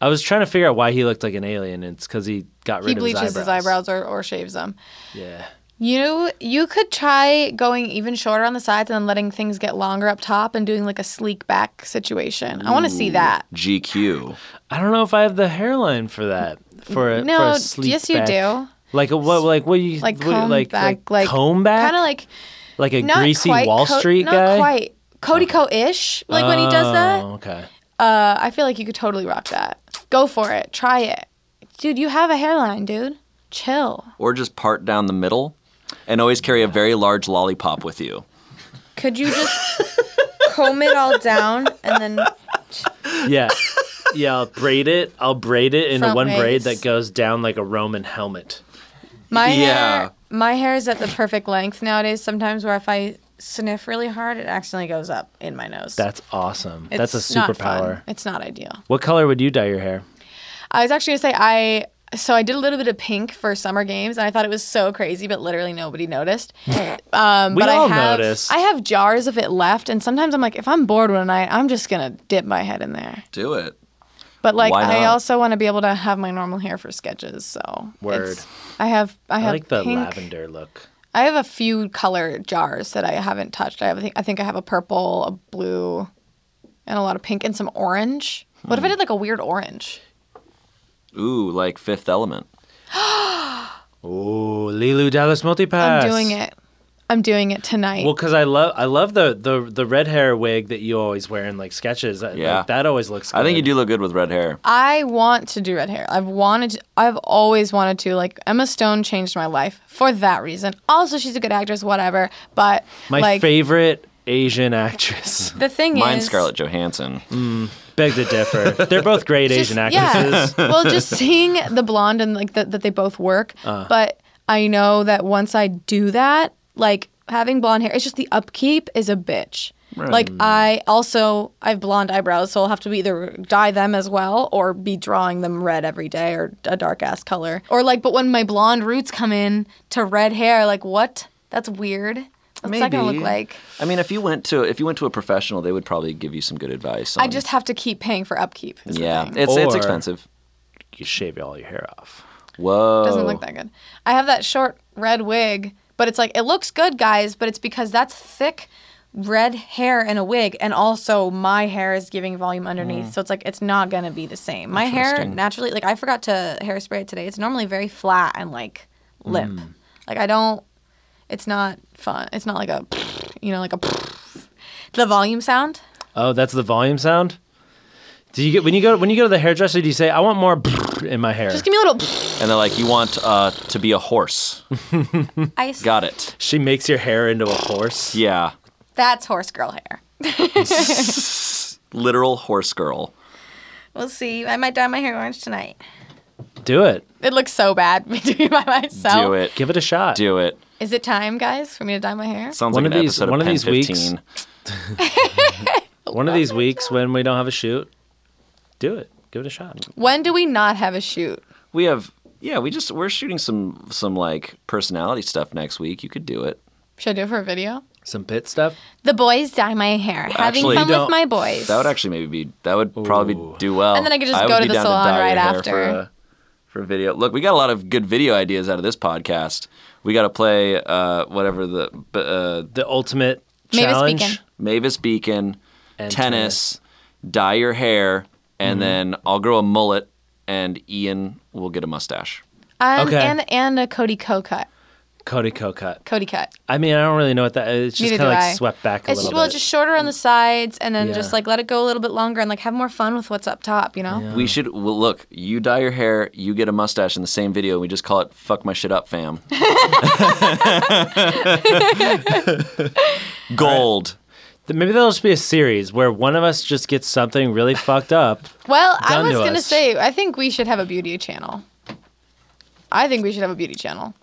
Speaker 2: I was trying to figure out why he looked like an alien. It's because he got
Speaker 4: he
Speaker 2: rid
Speaker 4: bleaches
Speaker 2: of
Speaker 4: his eyebrows or, or shaves them.
Speaker 2: Yeah.
Speaker 4: You you could try going even shorter on the sides and then letting things get longer up top and doing like a sleek back situation. I want to see that.
Speaker 3: GQ.
Speaker 2: I don't know if I have the hairline for that. For a, for
Speaker 4: No,
Speaker 2: a sleek
Speaker 4: yes you
Speaker 2: back-
Speaker 4: do.
Speaker 2: Like a, what? Like what you
Speaker 4: Like
Speaker 2: what-
Speaker 4: comb back, like
Speaker 2: comb back,
Speaker 4: Kind of like
Speaker 2: like a
Speaker 4: not
Speaker 2: greasy
Speaker 4: quite
Speaker 2: Wall
Speaker 4: Co-
Speaker 2: Street
Speaker 4: not
Speaker 2: guy.
Speaker 4: quite Cody Co ish. Like when he does that,
Speaker 2: Oh, okay.
Speaker 4: uh, I feel like you could totally rock that. Go for it. Try it, dude. You have a hairline, dude. Chill.
Speaker 3: or just part down the middle and always carry a very large lollipop with you.
Speaker 5: Could you just comb it all down and then
Speaker 2: Yeah. Yeah, I'll braid it. I'll braid it into
Speaker 4: Front
Speaker 2: one braid
Speaker 4: waves.
Speaker 2: that goes down like a Roman helmet.
Speaker 4: My
Speaker 3: Yeah.
Speaker 4: hair, my hair is at the perfect length nowadays. Sometimes where if I sniff really hard, it accidentally goes up in my nose.
Speaker 2: That's awesome. That's a
Speaker 4: It's not fun.
Speaker 2: superpower.
Speaker 4: It's not ideal.
Speaker 2: What color would you dye your hair?
Speaker 4: I was actually gonna say I. So I did a little bit of pink for summer games, and I thought it was so crazy, but literally nobody noticed. Um,
Speaker 2: We
Speaker 4: but
Speaker 2: all
Speaker 4: I have,
Speaker 2: noticed.
Speaker 4: I have jars of it left, and sometimes I'm like, if I'm bored one night, I'm just gonna dip my head in there.
Speaker 3: Do it.
Speaker 4: But like,
Speaker 3: Why
Speaker 4: I
Speaker 3: not?
Speaker 4: also want to be able to have my normal hair for sketches. So
Speaker 2: Word.
Speaker 4: it's- I have. I
Speaker 2: I
Speaker 4: have
Speaker 2: like the
Speaker 4: pink.
Speaker 2: lavender look.
Speaker 4: I have a few color jars that I haven't touched. I have. I think, I think I have a purple, a blue, and a lot of pink and some orange. What if I did like a weird orange?
Speaker 3: Ooh, like Fifth Element.
Speaker 2: Ooh, Lilu Dallas Multipass.
Speaker 4: I'm doing it. I'm doing it tonight.
Speaker 2: Well, because I love I love the, the the red hair wig that you always wear in like sketches. I-
Speaker 3: Yeah.
Speaker 2: like, that always looks. Good.
Speaker 3: I think you do look good with red hair.
Speaker 4: I want to do red hair. I've wanted to, I've always wanted to. Like Emma Stone changed my life for that reason. Also, she's a good actress, whatever. But
Speaker 2: My
Speaker 4: like
Speaker 2: favorite Asian actress.
Speaker 4: the thing
Speaker 3: Mine's
Speaker 4: is
Speaker 3: Scarlett Johansson.
Speaker 2: Beg to differ. They're both great
Speaker 4: just-
Speaker 2: Asian actresses.
Speaker 4: Yeah. well, just seeing the blonde and like that that they both work. But I know that once I do that, like having blonde hair, it's just the upkeep is a bitch. Like I also I have blonde eyebrows, so I'll have to either dye them as well or be drawing them red every day or a dark ass color. Or like, but when my blonde roots come in to red hair, like what? That's weird. What's that gonna look
Speaker 3: Maybe.
Speaker 4: like?
Speaker 3: I mean, if you went to if you went to a professional, they would probably give you some good advice.
Speaker 4: I
Speaker 3: on-
Speaker 4: just have to keep paying for upkeep. is the
Speaker 3: yeah,
Speaker 4: thing.
Speaker 3: it's it's
Speaker 2: Or-
Speaker 3: expensive.
Speaker 2: You shave all your hair off.
Speaker 3: Whoa,
Speaker 4: doesn't look that good. I have that short red wig, but it's like it looks good, guys, but it's because that's thick red hair and a wig, and also my hair is giving volume underneath. So it's like it's not gonna be the same. My hair
Speaker 3: Mm. Interesting.
Speaker 4: naturally, like I forgot to hairspray it today. It's normally very flat and like limp.
Speaker 3: Mm.
Speaker 4: Like I don't. It's not fun. It's not like a, you know, like a, the volume sound.
Speaker 2: Oh, that's the volume sound. Do you get when you go when you go to the hairdresser? Do you say I want more in my hair?
Speaker 4: Just give me a little.
Speaker 3: And they're like, you want uh, to be a horse.
Speaker 4: I
Speaker 3: Got it.
Speaker 2: She makes your hair into a horse.
Speaker 3: Yeah.
Speaker 4: That's horse girl hair.
Speaker 3: Literal horse girl.
Speaker 4: We'll see. I might dye my hair orange tonight.
Speaker 2: Do it.
Speaker 4: It looks so bad me doing it by myself.
Speaker 3: Do it.
Speaker 2: Give it a shot.
Speaker 3: Do it.
Speaker 4: Is it time, guys, for me to dye my hair?
Speaker 3: Sounds
Speaker 2: One
Speaker 3: like
Speaker 2: of
Speaker 3: an
Speaker 2: these-
Speaker 3: episode
Speaker 2: one
Speaker 3: of
Speaker 2: of
Speaker 3: Pen
Speaker 2: these weeks-
Speaker 3: 15.
Speaker 2: One of these weeks when we don't have a shoot, do it. Give it a shot.
Speaker 4: When do we not have a shoot?
Speaker 3: We have yeah, we just we're shooting some some like personality stuff next week. You could do it.
Speaker 4: Should I do it for a video?
Speaker 2: Some pit stuff.
Speaker 4: The boys dye my hair. Having
Speaker 3: Actually,
Speaker 4: fun
Speaker 2: you
Speaker 4: with
Speaker 2: don't-
Speaker 4: my boys.
Speaker 3: That would actually maybe be that would probably do well.
Speaker 4: And then I could just
Speaker 3: would
Speaker 4: go to
Speaker 3: be
Speaker 4: the
Speaker 3: down
Speaker 4: salon
Speaker 3: dye your
Speaker 4: right
Speaker 3: hair
Speaker 4: after.
Speaker 3: For, a, for a video. Look, we got a lot of good video ideas out of this podcast. We got to play uh, whatever the b- uh,
Speaker 2: The ultimate
Speaker 4: Mavis
Speaker 2: challenge.
Speaker 4: Beacon.
Speaker 3: Mavis Beacon,
Speaker 2: And
Speaker 3: tennis, dye your hair, and then I'll grow a mullet, and Ian will get a mustache.
Speaker 4: and,
Speaker 2: Okay.
Speaker 4: Um, and and a Cody Co cut.
Speaker 2: Cody Cocut.
Speaker 4: Cody cut.
Speaker 2: I mean, I don't really know what that. It's just
Speaker 4: Neither
Speaker 2: kind of
Speaker 4: do
Speaker 2: like
Speaker 4: I.
Speaker 2: swept back a
Speaker 4: It's
Speaker 2: little
Speaker 4: well,
Speaker 2: bit.
Speaker 4: just shorter on the sides, and then just
Speaker 2: Yeah.
Speaker 4: like let it go a little bit longer, and like have more fun with what's up top. You know.
Speaker 3: We should well, look. You dye your hair, you get a mustache in the same video. and We just call it "fuck my shit up, fam." Gold.
Speaker 2: Th- Maybe there'll just be a series where one of us just gets something really fucked up.
Speaker 4: Well, I
Speaker 2: Done
Speaker 4: was
Speaker 2: to
Speaker 4: gonna
Speaker 2: us.
Speaker 4: say I think we should have a beauty channel. I think we should have a beauty channel.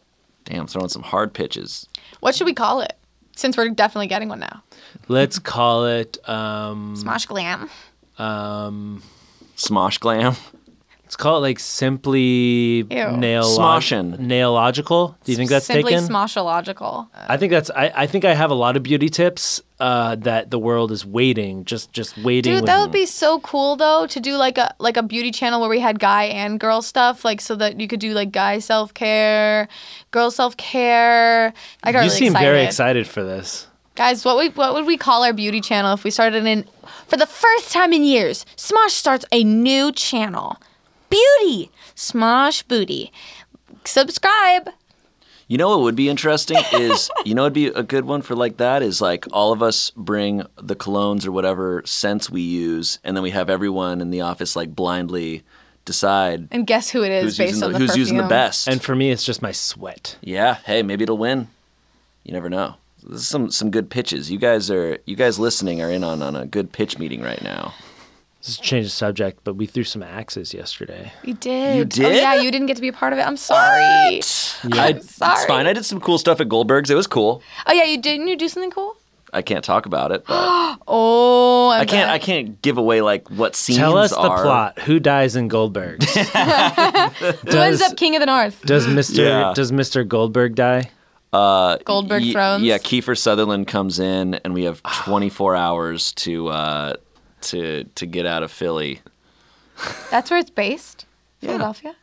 Speaker 3: Damn, throwing some hard pitches.
Speaker 4: What should we call it? Since we're definitely getting one now.
Speaker 2: Let's call it. Um,
Speaker 4: Smosh glam.
Speaker 3: Smosh glam.
Speaker 2: let's call it like simply nail
Speaker 3: Smoshin'.
Speaker 2: nailological. Do you think that's
Speaker 4: Simply
Speaker 2: taken?
Speaker 4: smoshological.
Speaker 2: I think that's. I, I think I have a lot of beauty tips uh, that the world is waiting, just just waiting.
Speaker 4: Dude, that would be so cool though to do like a like a beauty channel where we had guy and girl stuff, like so that you could do like guy self care, girl self care. I got
Speaker 2: you
Speaker 4: really
Speaker 2: seem
Speaker 4: excited.
Speaker 2: very excited for this.
Speaker 4: Guys, what we what would we call our beauty channel if we started in for the first time in years? Smosh starts a new channel. Beauty. Smosh Booty. Subscribe.
Speaker 3: You know what would be interesting is you know it'd be a good one for like that is like all of us bring the colognes or whatever scents we use, and then we have everyone in the office like blindly decide
Speaker 4: And guess who it is
Speaker 3: who's
Speaker 4: based
Speaker 3: using
Speaker 4: on the
Speaker 3: who's using the
Speaker 4: perfume.
Speaker 3: best.
Speaker 2: And for me, it's just my sweat.
Speaker 3: yeah, hey, maybe it'll win. You never know. This is some some good pitches. You guys are you guys listening are in on on a good pitch meeting right now.
Speaker 2: Just change the subject, but we threw some axes yesterday.
Speaker 4: You did. You Oh,
Speaker 3: did?
Speaker 4: yeah, you didn't get to be a part of it. I'm sorry.
Speaker 3: I, It's
Speaker 4: sorry.
Speaker 3: fine. I did some cool stuff at Goldberg's. It was cool.
Speaker 4: Oh yeah, you didn't. You do something cool.
Speaker 3: I can't talk about it, but
Speaker 4: Oh, I'm
Speaker 3: I can't.
Speaker 4: bad.
Speaker 3: I can't give away like what scenes
Speaker 2: Tell us the
Speaker 3: are.
Speaker 2: plot. Who dies in Goldberg?
Speaker 4: Who ends
Speaker 2: does
Speaker 4: up King of the North?
Speaker 2: does Mister
Speaker 3: Yeah.
Speaker 2: does Mister Goldberg die?
Speaker 4: Goldberg
Speaker 3: uh, Ye-
Speaker 4: Thrones.
Speaker 3: Yeah, Kiefer Sutherland comes in, and we have 24 hours to uh, to to get out of Philly.
Speaker 4: That's where it's based. Philadelphia.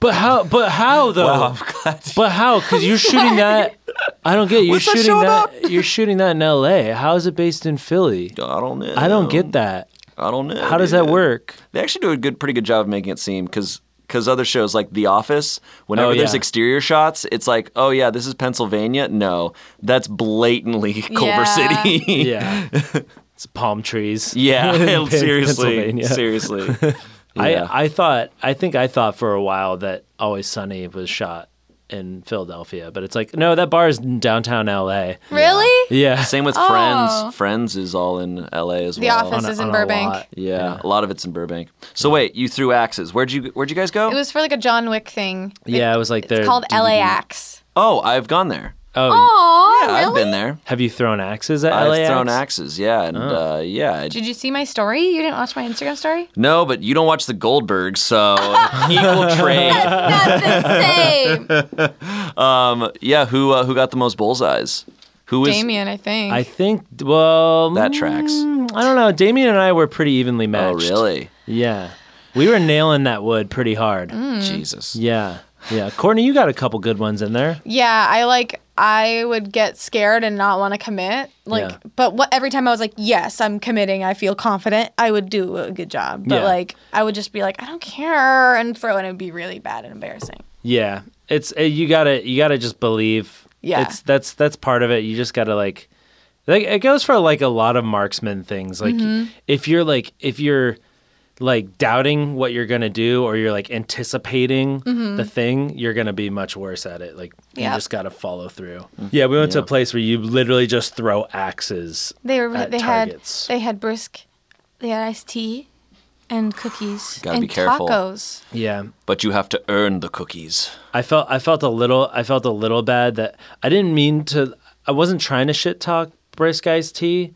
Speaker 2: But how? But how though? But how? Because you're shooting that. I don't get. it. You're
Speaker 3: What's that
Speaker 2: shooting
Speaker 3: show
Speaker 2: You're shooting that in L.A. How is it based in Philly?
Speaker 3: I don't know.
Speaker 2: I don't get that.
Speaker 3: I don't know.
Speaker 2: How does that
Speaker 3: dude.
Speaker 2: work?
Speaker 3: They actually do a good, pretty good job of making it seem because. Because other shows like The Office, whenever
Speaker 2: Oh, yeah.
Speaker 3: there's exterior shots, it's like, oh yeah, this is Pennsylvania. No, that's blatantly Culver
Speaker 4: Yeah.
Speaker 3: City.
Speaker 2: Yeah, it's palm trees.
Speaker 3: yeah,
Speaker 2: In
Speaker 3: seriously,
Speaker 2: Pennsylvania.
Speaker 3: seriously. Yeah.
Speaker 2: I I thought I think I thought for a while that Always Sunny was shot in Philadelphia, but it's like no, that bar is in downtown L.A.
Speaker 4: Really?
Speaker 2: Yeah,
Speaker 3: Same with
Speaker 4: Oh.
Speaker 3: Friends. Friends is all in L.A. as
Speaker 4: The
Speaker 3: well.
Speaker 4: Office
Speaker 2: a-
Speaker 4: is in
Speaker 2: a
Speaker 4: Burbank.
Speaker 2: lot.
Speaker 3: Yeah, a lot of it's in Burbank. So wait, you threw axes. Where'd you Where'd you guys go?
Speaker 4: It was for like a John Wick thing.
Speaker 2: Yeah, it was like
Speaker 4: It's
Speaker 2: their
Speaker 4: called
Speaker 2: DVD.
Speaker 4: LAX.
Speaker 3: oh, I've gone there.
Speaker 2: Oh,
Speaker 4: Oh,
Speaker 3: yeah,
Speaker 4: really?
Speaker 3: I've been there.
Speaker 2: have you thrown axes at
Speaker 3: I've
Speaker 2: LAX?
Speaker 3: thrown axes. Yeah, and
Speaker 2: Oh.
Speaker 3: uh, yeah. I-
Speaker 4: Did you see my story? You didn't watch my Instagram story?
Speaker 3: no, but you don't watch the Goldbergs, so equal trade.
Speaker 4: Not the same.
Speaker 3: Um, yeah, who uh, who got the most bullseyes? Who was
Speaker 4: Damien, I think.
Speaker 2: I think. Well,
Speaker 3: that tracks?
Speaker 2: mm, I don't know. Damien and I were pretty evenly
Speaker 3: Oh,
Speaker 2: matched.
Speaker 3: really?
Speaker 2: Yeah. We were nailing that wood pretty hard.
Speaker 4: Mm.
Speaker 3: Jesus.
Speaker 2: Yeah. Yeah. Courtney, you got a couple good ones in there.
Speaker 4: yeah, I like I would get scared and not want to commit. Like,
Speaker 2: Yeah.
Speaker 4: but what every time I was like, yes, I'm committing. I feel confident. I would do a good job. But
Speaker 2: Yeah.
Speaker 4: like, I would just be like, I don't care, and throw it and it'd be really bad and embarrassing.
Speaker 2: Yeah, it's uh, you gotta you gotta just believe.
Speaker 4: Yeah.
Speaker 2: it's that's that's part of it. You just gotta like, like it goes for like a lot of marksman things. Like if you're like if you're like doubting what you're gonna do or you're like anticipating the thing, you're gonna be much worse at it. Like
Speaker 4: Yep.
Speaker 2: you just gotta follow through. Yeah, we went to a place where you literally just throw axes.
Speaker 4: They were.
Speaker 2: at
Speaker 4: they
Speaker 2: targets.
Speaker 4: had. They had brisk. They had iced tea, and cookies
Speaker 3: Gotta
Speaker 4: and
Speaker 3: be careful.
Speaker 4: tacos.
Speaker 2: Yeah.
Speaker 3: But you have to earn the cookies.
Speaker 2: I felt I felt a little I felt a little bad that I didn't mean to I wasn't trying to shit talk brisk iced tea,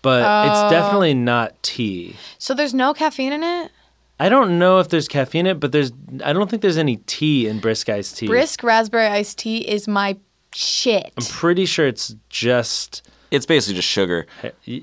Speaker 2: but
Speaker 4: Oh.
Speaker 2: it's definitely not tea.
Speaker 4: So there's no caffeine in
Speaker 3: Mm.
Speaker 4: it.
Speaker 2: I don't know if there's caffeine in it, but there's I don't think there's any tea in brisk iced tea.
Speaker 4: Brisk raspberry iced tea is my shit.
Speaker 2: Pretty sure it's just
Speaker 3: It's basically just sugar.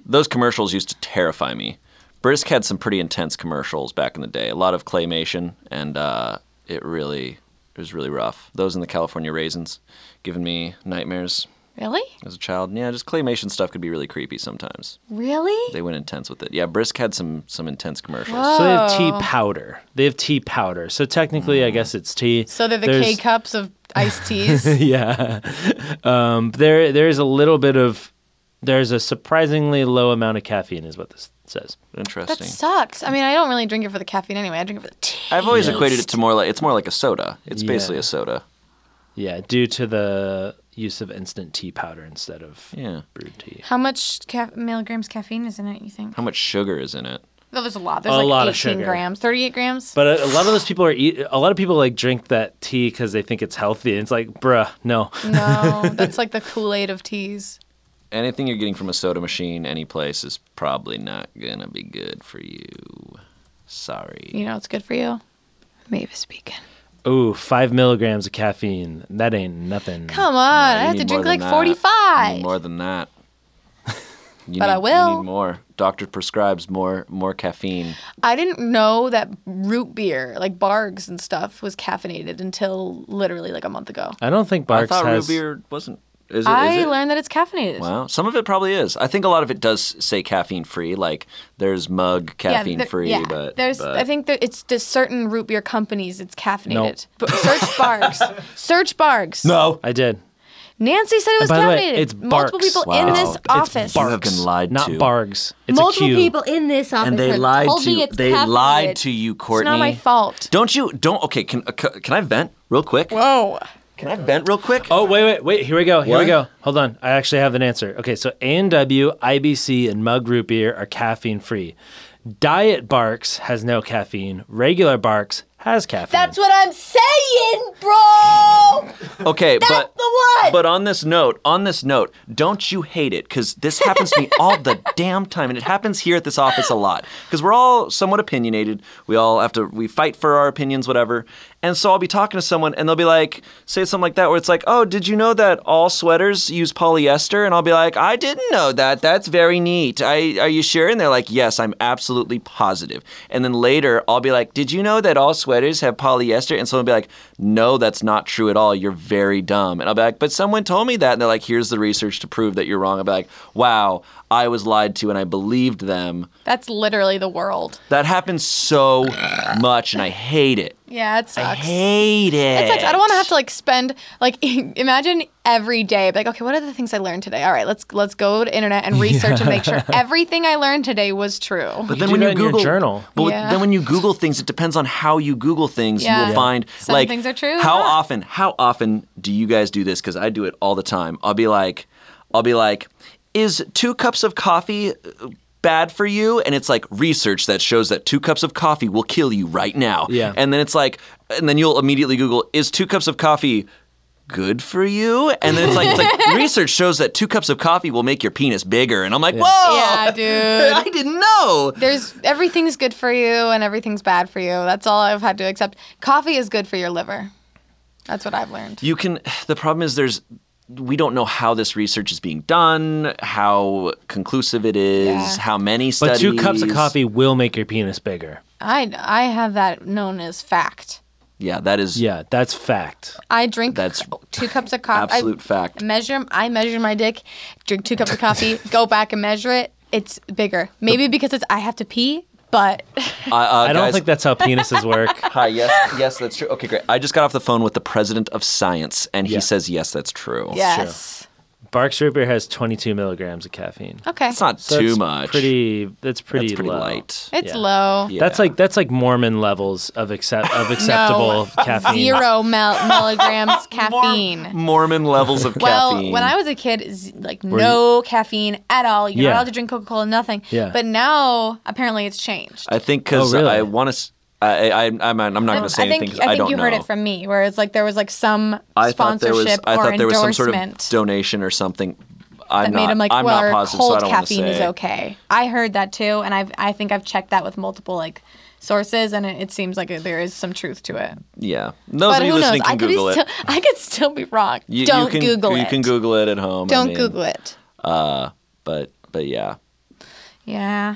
Speaker 3: Those commercials used to terrify me. Brisk had some pretty intense commercials back in the day. A lot of claymation, and uh, it really it was really rough. Those and the California raisins, giving me nightmares
Speaker 4: Really?
Speaker 3: as a child. Yeah, just claymation stuff could be really creepy sometimes.
Speaker 4: Really?
Speaker 3: They went intense with it. Yeah, Brisk had some some intense commercials.
Speaker 2: so they have
Speaker 4: Oh.
Speaker 2: tea powder. They have tea powder. So technically I guess it's tea.
Speaker 4: Mm. So they're the
Speaker 2: There's-
Speaker 4: K cups of iced teas.
Speaker 2: yeah. Um, there there is a little bit of there's a surprisingly low amount of caffeine is what this says.
Speaker 4: that
Speaker 3: Interesting.
Speaker 4: sucks. I mean, I don't really drink it for the caffeine anyway. I drink it for the tea.
Speaker 3: I've always equated it to more like it's more like a soda. It's basically
Speaker 2: Yeah.
Speaker 3: a soda.
Speaker 2: Yeah, due to the use of instant tea powder instead of
Speaker 3: Yeah.
Speaker 2: brewed tea.
Speaker 4: How much ca- milligrams caffeine is in it? You think?
Speaker 3: How much sugar is in it?
Speaker 4: Oh, there's a lot. There's
Speaker 2: A
Speaker 4: like
Speaker 2: lot
Speaker 4: 18
Speaker 2: of sugar.
Speaker 4: grams, 38 grams.
Speaker 2: But a, a lot of those people are eat, a lot of people like drink that tea because they think it's healthy. And it's like, bruh, no.
Speaker 4: no, that's like the Kool Aid of teas.
Speaker 3: Anything you're getting from a soda machine, any place, is probably not gonna be good for you. Sorry.
Speaker 4: You know, it's good for you. Mavis Beacon.
Speaker 2: Ooh, five milligrams of caffeine. That ain't nothing.
Speaker 4: Come on, I
Speaker 3: You
Speaker 4: have
Speaker 3: need
Speaker 4: to
Speaker 3: more
Speaker 4: drink
Speaker 3: than
Speaker 4: like
Speaker 3: that. You
Speaker 4: 45.
Speaker 3: need more than that. You
Speaker 4: But I
Speaker 3: need- You
Speaker 4: will.
Speaker 3: need more. Doctor prescribes more more caffeine.
Speaker 4: I didn't know that root beer, like Bargs and stuff, was caffeinated until literally like a month ago.
Speaker 2: I don't think Barks
Speaker 3: I thought
Speaker 2: has.
Speaker 3: root beer wasn't. Is it? Is
Speaker 4: I
Speaker 3: it?
Speaker 4: learned that it's caffeinated.
Speaker 3: Wow, some of it probably is. I think a lot of it does say caffeine free. Like there's mug caffeine
Speaker 4: there-
Speaker 3: free,
Speaker 4: yeah.
Speaker 3: but
Speaker 4: there's
Speaker 3: but
Speaker 4: I think that it's just certain root beer companies it's caffeinated. But search Barks. Search Barks.
Speaker 2: No, I did.
Speaker 4: Nancy said it was
Speaker 2: By the way,
Speaker 4: caffeinated.
Speaker 2: it's
Speaker 4: Multiple
Speaker 2: Barks.
Speaker 4: people
Speaker 3: Wow.
Speaker 4: in
Speaker 3: It's-
Speaker 4: this
Speaker 3: it's
Speaker 4: office.
Speaker 3: Barks. have been lied
Speaker 2: not
Speaker 3: to.
Speaker 2: Bargs. It's
Speaker 5: Multiple
Speaker 2: a Q.
Speaker 5: people in this office
Speaker 3: and they
Speaker 5: have
Speaker 3: lied
Speaker 5: told
Speaker 3: to
Speaker 5: me
Speaker 3: you.
Speaker 5: it's
Speaker 3: They
Speaker 5: caffeinated.
Speaker 3: lied to you,
Speaker 4: It's
Speaker 3: Courtney.
Speaker 4: not my fault.
Speaker 3: Don't you? Don't. Okay. Can uh, c- can I vent real quick?
Speaker 4: Whoa.
Speaker 3: Can I vent real quick?
Speaker 2: Oh wait, wait, wait! Here we go. Here
Speaker 3: What?
Speaker 2: we go. Hold on. I actually have an answer. Okay, so A and W, IBC, and Mug Root Beer are caffeine free. Diet Barks has no caffeine. Regular Barks has caffeine.
Speaker 5: That's what I'm saying, bro.
Speaker 3: Okay, but
Speaker 5: the one!
Speaker 3: But on this note, on this note, don't you hate it? Because this happens to me all the damn time, and it happens here at this office a lot. Because we're all somewhat opinionated. We all have to we fight for our opinions, whatever. And so I'll be talking to someone, and they'll be like, say something like that, where it's like, "Oh, did you know that all sweaters use polyester?" And I'll be like, "I didn't know that. That's very neat. I are you sure?" And they're like, "Yes, I'm absolutely positive." And then later, I'll be like, "Did you know that all sweaters have polyester?" And someone will be like, "No, that's not true at all. You're very dumb." And I'll be like, "But someone told me that." And they're like, "Here's the research to prove that you're wrong." I'll be like, "Wow, I was lied to, and I believed them."
Speaker 4: That's literally the world.
Speaker 3: That happens so much, and I hate it.
Speaker 4: Yeah, it
Speaker 3: I
Speaker 4: sucks.
Speaker 3: hate it.
Speaker 4: It sucks. I don't want to have to like spend like imagine every day be like okay, what are the things I learned today? All right, let's let's go to internet and research and make sure everything I learned today was true.
Speaker 2: You
Speaker 3: But then
Speaker 2: do
Speaker 3: when
Speaker 2: that
Speaker 3: you
Speaker 2: in your
Speaker 3: Google
Speaker 2: journal.
Speaker 3: but when-
Speaker 4: Yeah.
Speaker 3: then when you Google things, it depends on how you Google things. You
Speaker 4: Yeah.
Speaker 3: will find
Speaker 4: Some
Speaker 3: like
Speaker 4: things are true,
Speaker 3: How
Speaker 4: yeah.
Speaker 3: often? How often do you guys do this? Because I do it all the time. I'll be like, I'll be like, is two cups of coffee uh, bad for you? And it's like research that shows that two cups of coffee will kill you right now.
Speaker 2: Yeah.
Speaker 3: And then it's like, and then you'll immediately Google, is two cups of coffee good for you? And then it's like, it's like research shows that two cups of coffee will make your penis bigger. And I'm like, whoa.
Speaker 4: yeah, dude.
Speaker 3: I didn't know.
Speaker 4: There's everything's good for you and everything's bad for you. That's all I've had to accept. Coffee is good for your liver. That's what I've learned.
Speaker 3: you can the problem is there's we don't know how this research is being done how conclusive it is
Speaker 4: Yeah.
Speaker 3: how many
Speaker 2: But
Speaker 3: studies
Speaker 2: two cups of coffee will make your penis bigger.
Speaker 4: I I have that known as fact.
Speaker 3: Yeah, that is
Speaker 2: Yeah, that's fact.
Speaker 4: I drink
Speaker 3: That's
Speaker 4: two cups of coffee.
Speaker 3: absolute fact.
Speaker 4: Measure. I measure my dick. Drink two cups of coffee. go back and measure it. It's bigger. Maybe because it's I have to pee, but
Speaker 3: Uh, uh,
Speaker 2: I don't
Speaker 3: guys-
Speaker 2: think that's how penises work.
Speaker 3: Hi, yes, yes, that's true. Okay, great. I just got off the phone with the president of science, and
Speaker 2: Yeah.
Speaker 3: he says yes, that's true.
Speaker 4: yes.
Speaker 2: Bark Root Beer has 22 milligrams of caffeine.
Speaker 4: Okay.
Speaker 3: It's not
Speaker 2: So
Speaker 3: too
Speaker 2: that's
Speaker 3: much.
Speaker 2: Pretty. That's pretty,
Speaker 3: That's pretty
Speaker 2: low.
Speaker 3: light.
Speaker 4: It's
Speaker 2: yeah.
Speaker 4: low.
Speaker 3: Yeah.
Speaker 2: That's like that's like Mormon levels of accept of acceptable caffeine.
Speaker 4: Zero mil- milligrams caffeine.
Speaker 3: Mormon levels of
Speaker 4: Well,
Speaker 3: caffeine.
Speaker 4: when I was a kid, z- like no caffeine at all. You're
Speaker 2: Yeah.
Speaker 4: not allowed to drink Coca Cola, nothing.
Speaker 2: Yeah.
Speaker 4: But now apparently it's changed.
Speaker 3: I think because
Speaker 2: Oh, really?
Speaker 3: I want to. I, I, I'm, I'm not going to say
Speaker 4: Um, I think
Speaker 3: anything 'cause
Speaker 4: I think
Speaker 3: don't
Speaker 4: you
Speaker 3: know.
Speaker 4: heard it from me, whereas like there was like some
Speaker 3: I thought there
Speaker 4: sponsorship
Speaker 3: was. I
Speaker 4: or
Speaker 3: thought there was some sort of
Speaker 4: endorsement
Speaker 3: donation or something. I'm
Speaker 4: that made
Speaker 3: not,
Speaker 4: him like,
Speaker 3: I'm
Speaker 4: well,
Speaker 3: not positive, so
Speaker 4: cold
Speaker 3: I don't wanna
Speaker 4: caffeine is
Speaker 3: say.
Speaker 4: okay. I heard that too, and I've I think I've checked that with multiple like sources, and it, it seems like there is some truth to it.
Speaker 3: Yeah, those
Speaker 4: but
Speaker 3: of you
Speaker 4: who knows?
Speaker 3: listening
Speaker 4: I
Speaker 3: can
Speaker 4: could be
Speaker 3: Google
Speaker 4: still
Speaker 3: it.
Speaker 4: I could still be wrong.
Speaker 3: You- you
Speaker 4: Don't
Speaker 3: can-
Speaker 4: Google it.
Speaker 3: You can Google it at home. I
Speaker 4: Don't
Speaker 3: mean, uh,
Speaker 4: Google it.
Speaker 3: But but yeah,
Speaker 4: Yeah.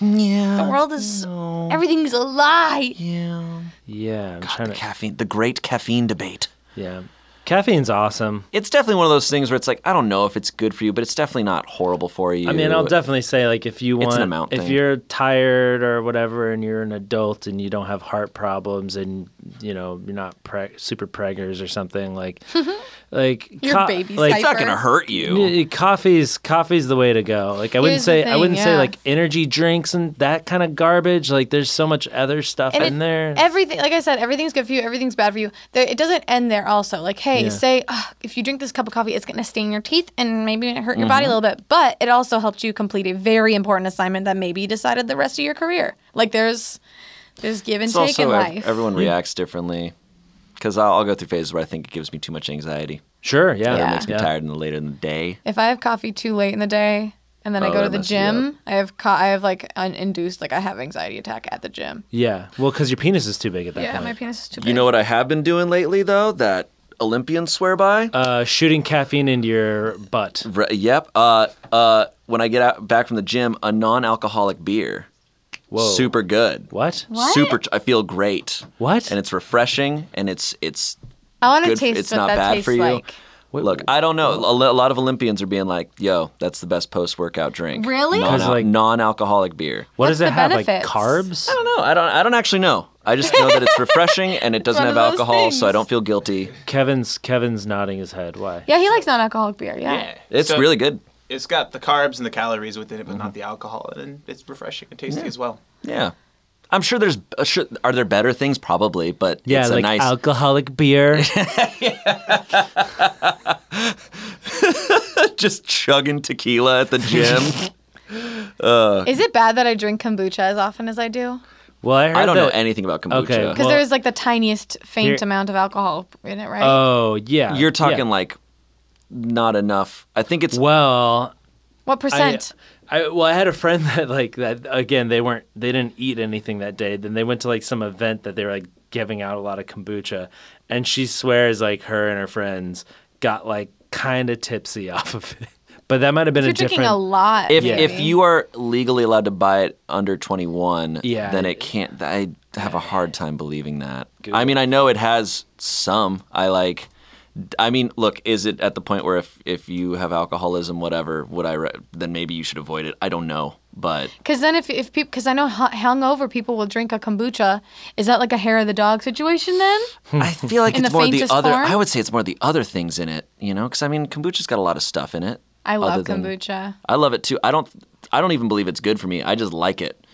Speaker 4: yeah. The world is everything's a lie.
Speaker 2: Yeah, I'm trying
Speaker 3: the
Speaker 2: to.
Speaker 3: caffeine, the great caffeine debate.
Speaker 2: Yeah, caffeine's awesome.
Speaker 3: It's definitely one of those things where it's like I don't know if it's good for you, but it's definitely not horrible for you.
Speaker 2: I mean, I'll definitely say like if you
Speaker 3: It's an
Speaker 2: want,
Speaker 3: amount
Speaker 2: if
Speaker 3: thing.
Speaker 2: you're tired or whatever, and you're an adult and you don't have heart problems, and you know you're not pre- super preggers or something like, like
Speaker 4: Your baby's
Speaker 3: It's
Speaker 2: like.
Speaker 3: not going to hurt you.
Speaker 2: n- Coffee's coffee's the way to go. Like I wouldn't
Speaker 4: Here's the
Speaker 2: say I
Speaker 4: thing,
Speaker 2: wouldn't
Speaker 4: yeah.
Speaker 2: say like energy drinks and that kind of garbage. Like there's so much other stuff
Speaker 4: And
Speaker 2: in
Speaker 4: it-
Speaker 2: there.
Speaker 4: Everything, like I said, everything's good for you. Everything's bad for you. There, it doesn't end there. Also, like, hey,
Speaker 2: Yeah.
Speaker 4: say "Ugh, if you drink this cup of coffee, it's gonna stain your teeth and maybe it hurt your
Speaker 3: Mm-hmm.
Speaker 4: body a little bit, but it also helped you complete a very important assignment that maybe decided the rest of your career. Like, there's, there's give and
Speaker 3: It's
Speaker 4: take in
Speaker 3: also ev-
Speaker 4: life.
Speaker 3: everyone reacts differently. Because I'll, I'll go through phases where I think it gives me too much anxiety.
Speaker 2: sure, yeah,
Speaker 3: It
Speaker 4: Yeah.
Speaker 3: makes me tired in the later in the day.
Speaker 4: if I have coffee too late in the day and then I
Speaker 3: Oh,
Speaker 4: go to
Speaker 3: that
Speaker 4: the
Speaker 3: messes you up.
Speaker 4: gym, I have, co- I have like an induced, like I have anxiety attack at the gym.
Speaker 2: Yeah, well, because your penis is too big at that
Speaker 4: Yeah,
Speaker 2: point.
Speaker 4: my penis is too big.
Speaker 3: You know what I have been doing lately though that Olympians swear by.
Speaker 2: uh, shooting caffeine into your butt.
Speaker 3: Re- yep. Uh, uh, when I get out back from the gym, a non-alcoholic beer.
Speaker 2: Whoa.
Speaker 3: Super good.
Speaker 2: What?
Speaker 4: What?
Speaker 3: Super. I feel great.
Speaker 2: What?
Speaker 3: And it's refreshing, and it's it's
Speaker 4: I want to
Speaker 3: good. for-
Speaker 4: taste
Speaker 3: it's
Speaker 4: what
Speaker 3: not
Speaker 4: that
Speaker 3: bad
Speaker 4: tastes
Speaker 3: for you.
Speaker 4: like.
Speaker 2: Wait,
Speaker 3: Look, I don't know. A lo- a lot of Olympians are being like, "Yo, that's the best post-workout drink."
Speaker 4: Really? 'Cause,
Speaker 3: Non-
Speaker 2: like-
Speaker 3: non-alcoholic beer.
Speaker 2: What does
Speaker 4: What's
Speaker 2: it
Speaker 4: the
Speaker 2: have? Like
Speaker 4: benefits? Oh.
Speaker 2: carbs?
Speaker 3: I don't know. I don't. I don't actually know. I just know that it's refreshing and it doesn't
Speaker 4: one
Speaker 3: have
Speaker 4: of those
Speaker 3: alcohol, so I
Speaker 4: things.
Speaker 3: don't feel guilty.
Speaker 2: Kevin's Kevin's nodding his head. Why?
Speaker 4: Yeah, he likes non-alcoholic beer. yeah.
Speaker 3: It's
Speaker 6: So
Speaker 3: really good.
Speaker 6: It's got the carbs and the calories within it, but not the alcohol, and it's refreshing and tasty as well.
Speaker 3: Yeah. I'm sure there's. Uh, sure, are there better things? Probably, but
Speaker 2: Yeah,
Speaker 3: it's a
Speaker 2: like
Speaker 3: nice.
Speaker 2: alcoholic beer.
Speaker 3: just chugging tequila at the gym.
Speaker 4: Is it bad that I drink kombucha as often as I do?
Speaker 2: well, I heard
Speaker 3: I don't know
Speaker 2: that-
Speaker 3: anything about kombucha.
Speaker 2: Okay,
Speaker 4: Because
Speaker 2: Well-
Speaker 4: there's like the tiniest faint
Speaker 2: Here-
Speaker 4: amount of alcohol in it, right?
Speaker 2: Oh yeah,
Speaker 3: You're talking
Speaker 2: yeah.
Speaker 3: like not enough. I think it's
Speaker 2: well.
Speaker 4: what
Speaker 2: I,
Speaker 4: percent?
Speaker 2: I well, I had a friend that like that again. They weren't. They didn't eat anything that day. Then they went to like some event that they were like giving out a lot of kombucha, and she swears like her and her friends got like kind of tipsy off of it. But that might have been
Speaker 4: You're
Speaker 2: a different.
Speaker 4: drinking a lot.
Speaker 3: if
Speaker 4: maybe.
Speaker 3: if you are legally allowed to buy it under 21,
Speaker 2: Yeah.
Speaker 3: then it can't. I have a hard time believing that. I mean, I know it has some. I like. I mean, look, is it at the point where if if you have alcoholism, whatever, would I re- then maybe you should avoid it? I don't know, but
Speaker 4: Because then if if people, because I know hu- hungover people will drink a kombucha. Is that like a hair of the dog situation then?
Speaker 3: I feel like
Speaker 4: In
Speaker 3: it's
Speaker 4: the
Speaker 3: more the
Speaker 4: faintest
Speaker 3: other.
Speaker 4: form?
Speaker 3: I would say it's more the other things in it, you know, because I mean, kombucha's got a lot of stuff in it.
Speaker 4: I love
Speaker 3: other than-
Speaker 4: kombucha.
Speaker 3: I love it too. I don't. I don't even believe it's good for me. I just like it.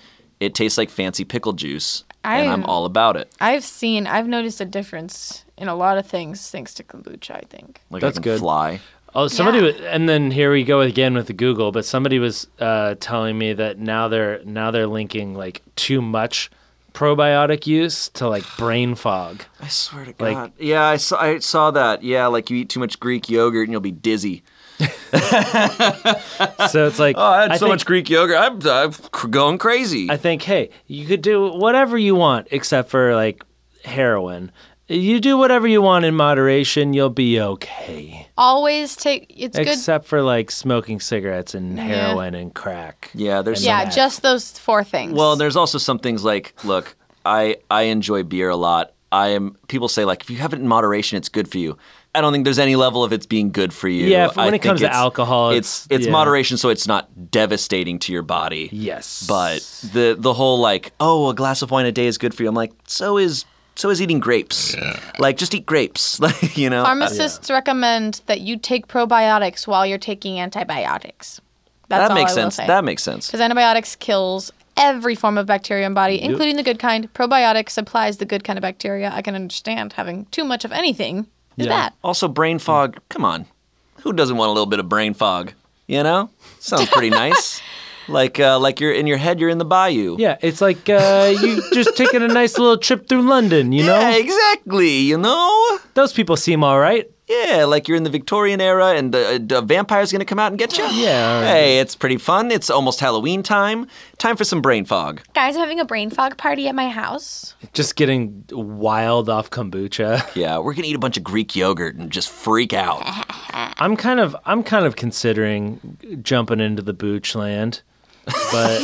Speaker 3: It tastes like fancy pickle juice, and I'm
Speaker 4: I-
Speaker 3: all about it.
Speaker 4: I've seen, I've noticed a difference in a lot of things thanks to kombucha. I think.
Speaker 3: Like
Speaker 2: That's
Speaker 3: I can
Speaker 2: good.
Speaker 3: fly.
Speaker 2: Oh, somebody
Speaker 4: Yeah.
Speaker 2: was, and then here we go again with the Google. But somebody was uh, telling me that now they're now they're linking like too much probiotic use to like brain fog.
Speaker 3: I swear to
Speaker 2: Like-
Speaker 3: God. yeah, I saw. I saw that. Yeah, like you eat too much Greek yogurt and you'll be dizzy.
Speaker 2: So it's like
Speaker 3: Oh, I had
Speaker 2: I
Speaker 3: so
Speaker 2: think-
Speaker 3: much Greek yogurt. I'm, I'm cr- going crazy.
Speaker 2: I think hey, you could do whatever you want except for like heroin. You do whatever you want in moderation, you'll be okay.
Speaker 4: Always take. It's good.
Speaker 2: except for like smoking cigarettes and heroin and crack.
Speaker 3: yeah, there's.
Speaker 4: Yeah,
Speaker 3: Some,
Speaker 4: just those four things.
Speaker 3: well, there's also some things like look. I I enjoy beer a lot. I am. People say like if you have it in moderation, it's good for you. I don't think there's any level of it's being good for you.
Speaker 2: Yeah, if-
Speaker 3: I
Speaker 2: when it
Speaker 3: think
Speaker 2: comes to
Speaker 3: it's-
Speaker 2: alcohol,
Speaker 3: it's
Speaker 2: it's-
Speaker 3: it's
Speaker 2: yeah.
Speaker 3: moderation, so it's not devastating to your body.
Speaker 2: Yes.
Speaker 3: But the the whole like, oh, a glass of wine a day is good for you. I'm like, so is so is eating grapes. Like, just eat grapes. Like, you know.
Speaker 4: Pharmacists recommend that you take probiotics while you're taking antibiotics. That's
Speaker 3: that
Speaker 4: all
Speaker 3: makes
Speaker 4: I
Speaker 3: sense.
Speaker 4: Will say.
Speaker 3: That makes sense.
Speaker 4: because antibiotics kills every form of bacteria in body, including the good kind. Probiotics supplies the good kind of bacteria. I can understand having too much of anything is bad.
Speaker 3: Also, brain fog. Come on, who doesn't want a little bit of brain fog? You know, sounds pretty nice. Like, uh, like you're in your head, you're in the bayou.
Speaker 2: Yeah, it's like uh, you just taking a nice little trip through London, you know?
Speaker 3: Yeah, exactly. You know.
Speaker 2: Those people seem all right.
Speaker 3: Yeah, like you're in the Victorian era, and the, uh, the vampire's gonna come out and get you.
Speaker 2: Yeah, all right.
Speaker 3: Hey, it's pretty fun. It's almost Halloween time. Time for some brain fog.
Speaker 4: Guys, I'm having a brain fog party at my house.
Speaker 2: Just getting wild off kombucha.
Speaker 3: Yeah, we're gonna eat a bunch of Greek yogurt and just freak out.
Speaker 2: I'm kind of I'm kind of considering jumping into the booch land. But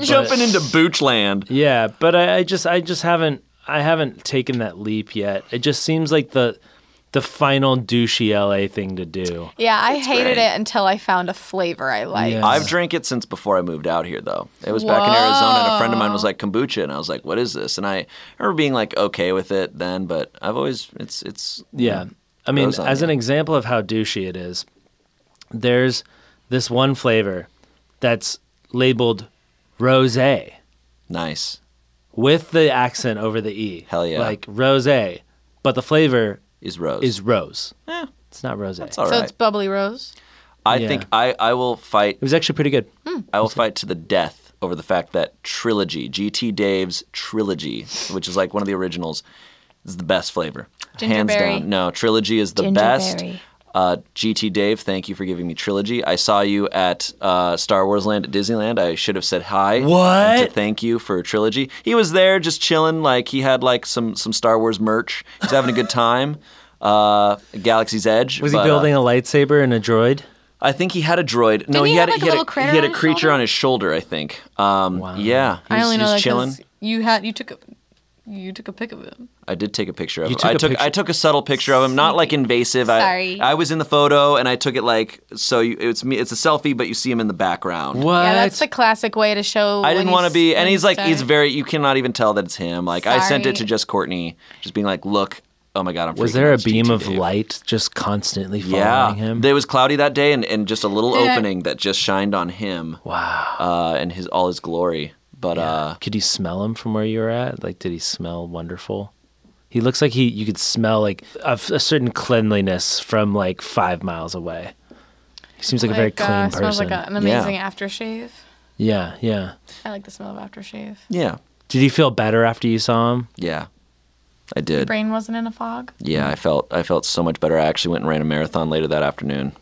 Speaker 3: Jumping into Boochland.
Speaker 2: yeah, but I, I just I just haven't I haven't taken that leap yet. It just seems like the the final douchey LA thing to do.
Speaker 4: Yeah, I hated
Speaker 3: great.
Speaker 4: it until I found a flavor I liked.
Speaker 2: Yeah.
Speaker 3: I've drank it since before I moved out here, though. It was back in Arizona, and a friend of mine was like kombucha, and I was like, "What is this?" And I remember being like okay with it then, but I've always it's it's
Speaker 2: Yeah. I mean,
Speaker 3: Grows on
Speaker 2: as an
Speaker 3: you.
Speaker 2: example of how douchey it is, there's this one flavor that's labeled rose
Speaker 3: nice.
Speaker 2: with the accent over the E.
Speaker 3: Hell yeah.
Speaker 2: Like rose, but the flavor
Speaker 3: Is rose
Speaker 2: is rose.
Speaker 3: Eh,
Speaker 2: It's not rose.
Speaker 3: that's all right.
Speaker 4: so it's bubbly rose.
Speaker 3: I
Speaker 2: yeah.
Speaker 3: think I I will fight
Speaker 2: It was actually pretty good.
Speaker 3: I will fight to the death over the fact that Trilogy, GT Dave's Trilogy, which is like one of the originals, is the best flavor. Hands
Speaker 4: Gingerberry.
Speaker 3: down. No, Trilogy is the best.
Speaker 4: Gingerberry.
Speaker 3: Uh, GT Dave, thank you for giving me Trilogy. I saw you at uh, Star Wars Land at Disneyland. I should have said hi. and
Speaker 2: What?
Speaker 3: To thank you for Trilogy. He was there just chilling. Like, he had like some, some Star Wars merch. He was having a good time. Uh, Galaxy's Edge.
Speaker 2: Was he
Speaker 3: but, uh,
Speaker 2: building a lightsaber and a droid?
Speaker 3: I think he had a droid. no,
Speaker 4: Didn't he
Speaker 3: had,
Speaker 4: have, like, a
Speaker 3: he, had
Speaker 4: little critter
Speaker 3: he had
Speaker 4: on
Speaker 3: a
Speaker 4: his
Speaker 3: creature
Speaker 4: shoulder?
Speaker 3: on his shoulder, I think. Um, Yeah, he's,
Speaker 4: I only know
Speaker 3: he's
Speaker 4: that 'cause
Speaker 3: chilling.
Speaker 4: you had you took a you took a pic of it.
Speaker 3: I did take a picture of
Speaker 2: You
Speaker 3: him.
Speaker 2: took
Speaker 3: I
Speaker 2: a
Speaker 3: took
Speaker 2: picture-
Speaker 3: I took a subtle picture of him, not like invasive. I-
Speaker 4: Sorry.
Speaker 3: I, was in the photo and I took it like so. You, it's me. It's a selfie, but you see him in the background.
Speaker 2: What?
Speaker 4: Yeah, that's the classic way to show.
Speaker 3: I didn't want to be, and he's like, he's very.
Speaker 4: very.
Speaker 3: You cannot even tell that it's him. Like I sent
Speaker 4: Sorry.
Speaker 3: it to just Courtney, just being like, look, oh my god, I'm.
Speaker 2: was
Speaker 3: freaking
Speaker 2: there a
Speaker 3: out, it's
Speaker 2: beam
Speaker 3: GT
Speaker 2: of
Speaker 3: Dave.
Speaker 2: light just constantly following
Speaker 3: Yeah,
Speaker 2: him?
Speaker 3: there was cloudy that day, and, and just a little
Speaker 4: Yeah.
Speaker 3: opening that just shined on him,
Speaker 2: wow.
Speaker 3: uh, and his all his glory. But uh,
Speaker 2: could you smell him from where you were at? Like, did he smell wonderful? He looks like he. You could smell like a, f- a certain cleanliness from like five miles away. He seems like, a very
Speaker 4: Like, uh,
Speaker 2: clean
Speaker 4: Smells
Speaker 2: person.
Speaker 4: like a- an amazing
Speaker 3: Yeah.
Speaker 4: aftershave.
Speaker 2: yeah, yeah.
Speaker 4: I like the smell of aftershave.
Speaker 3: yeah,
Speaker 2: Did you feel better after you saw him?
Speaker 3: Yeah, I did.
Speaker 4: Brain wasn't in a fog.
Speaker 3: Yeah, I felt I felt so much better. I actually went and ran a marathon later that afternoon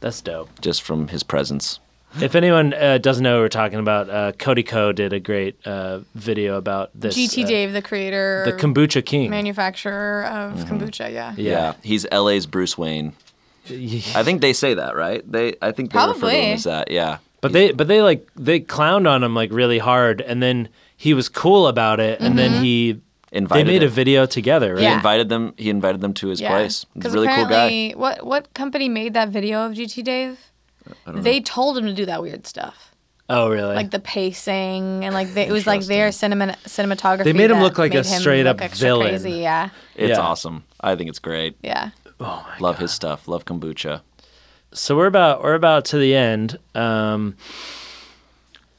Speaker 2: That's dope.
Speaker 3: just from his presence.
Speaker 2: if anyone uh, doesn't know what we're talking about, uh, Cody Co did a great uh, video about this.
Speaker 4: GT
Speaker 2: uh,
Speaker 4: Dave, the creator,
Speaker 2: the kombucha king.
Speaker 4: manufacturer of
Speaker 3: Mm-hmm.
Speaker 4: kombucha. Yeah.
Speaker 2: Yeah.
Speaker 3: he's LA's Bruce Wayne. I think they say that, right? They I think they refer to
Speaker 4: Probably.
Speaker 3: him as that. Yeah.
Speaker 2: But they but they like they clowned on him like really hard, and then he was cool about it, and
Speaker 4: Mm-hmm.
Speaker 2: then he
Speaker 3: Invited
Speaker 2: they made a
Speaker 3: it.
Speaker 2: video together, right?
Speaker 3: He
Speaker 4: Yeah.
Speaker 3: invited them he invited them to his place. He's a
Speaker 4: Because
Speaker 3: really cool guy.
Speaker 4: apparently, what what company made that video of GT Dave? They told him to do that weird stuff,
Speaker 2: Oh really?
Speaker 4: like the pacing and like they, it was like their cinemat- cinematography.
Speaker 2: They made him
Speaker 4: that
Speaker 2: look like a
Speaker 4: made him
Speaker 2: straight
Speaker 4: look
Speaker 2: up
Speaker 4: extra
Speaker 2: villain.
Speaker 4: Crazy. Yeah,
Speaker 3: It's
Speaker 2: Yeah. Oh
Speaker 3: awesome. I think it's great.
Speaker 4: yeah.
Speaker 3: Love his stuff. Love kombucha.
Speaker 2: so we're about we're about to the end. Um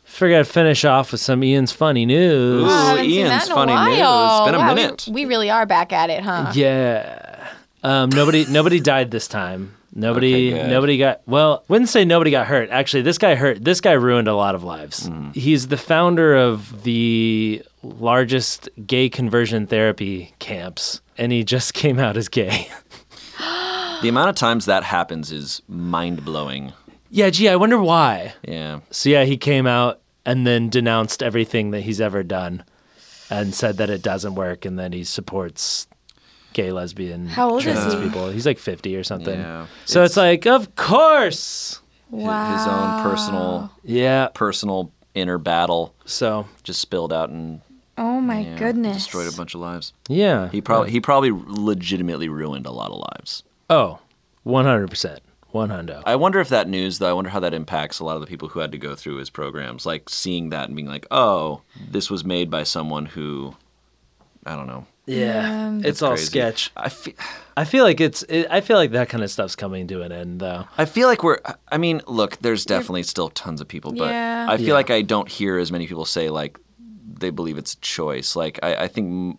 Speaker 2: figure I'd finish off with some Ian's funny news.
Speaker 3: Ooh,
Speaker 4: I haven't seen
Speaker 3: Ian's
Speaker 4: that in a
Speaker 3: funny news. It's
Speaker 4: while.
Speaker 3: been a
Speaker 4: Wow,
Speaker 3: minute.
Speaker 4: We, we really are back at it, huh?
Speaker 3: Ah.
Speaker 2: Yeah. Um, nobody nobody died this time. Nobody
Speaker 3: Okay, good.
Speaker 2: nobody got well, wouldn't say nobody got hurt. Actually, this guy hurt. This guy ruined a lot of lives.
Speaker 3: Hmm.
Speaker 2: He's the founder of the largest gay conversion therapy camps and he just came out as gay.
Speaker 3: The amount of times that happens is mind blowing.
Speaker 2: yeah, gee, I wonder why.
Speaker 3: Yeah.
Speaker 2: So yeah, he came out and then denounced everything that he's ever done and said that it doesn't work and that he supports gay, lesbian,
Speaker 4: How old is
Speaker 2: trans
Speaker 4: he?
Speaker 2: people. He's like 50 or something.
Speaker 3: Yeah.
Speaker 2: So it's, like, of course.
Speaker 4: Wow.
Speaker 3: His own personal
Speaker 2: Yeah.
Speaker 3: personal inner battle
Speaker 2: So
Speaker 3: just spilled out in
Speaker 5: Oh my
Speaker 3: Yeah,
Speaker 5: goodness.
Speaker 3: Destroyed a bunch of lives.
Speaker 2: Yeah.
Speaker 3: He probably he probably legitimately ruined a lot of lives.
Speaker 2: Oh, 100%. One hundo.
Speaker 3: I wonder if that news though, I wonder how that impacts a lot of the people who had to go through his programs, like seeing that and being like, "Oh, this was made by someone who I don't know."
Speaker 2: Yeah. it's all
Speaker 3: crazy.
Speaker 2: sketch.
Speaker 3: I feel
Speaker 2: I feel like it's it, I feel like that kind of stuff's coming to an end though.
Speaker 3: I feel like we're. I mean, look, there's definitely still tons of people, but
Speaker 4: Yeah.
Speaker 3: I feel like I don't hear as many people say like they believe it's a choice. Like I, I think m-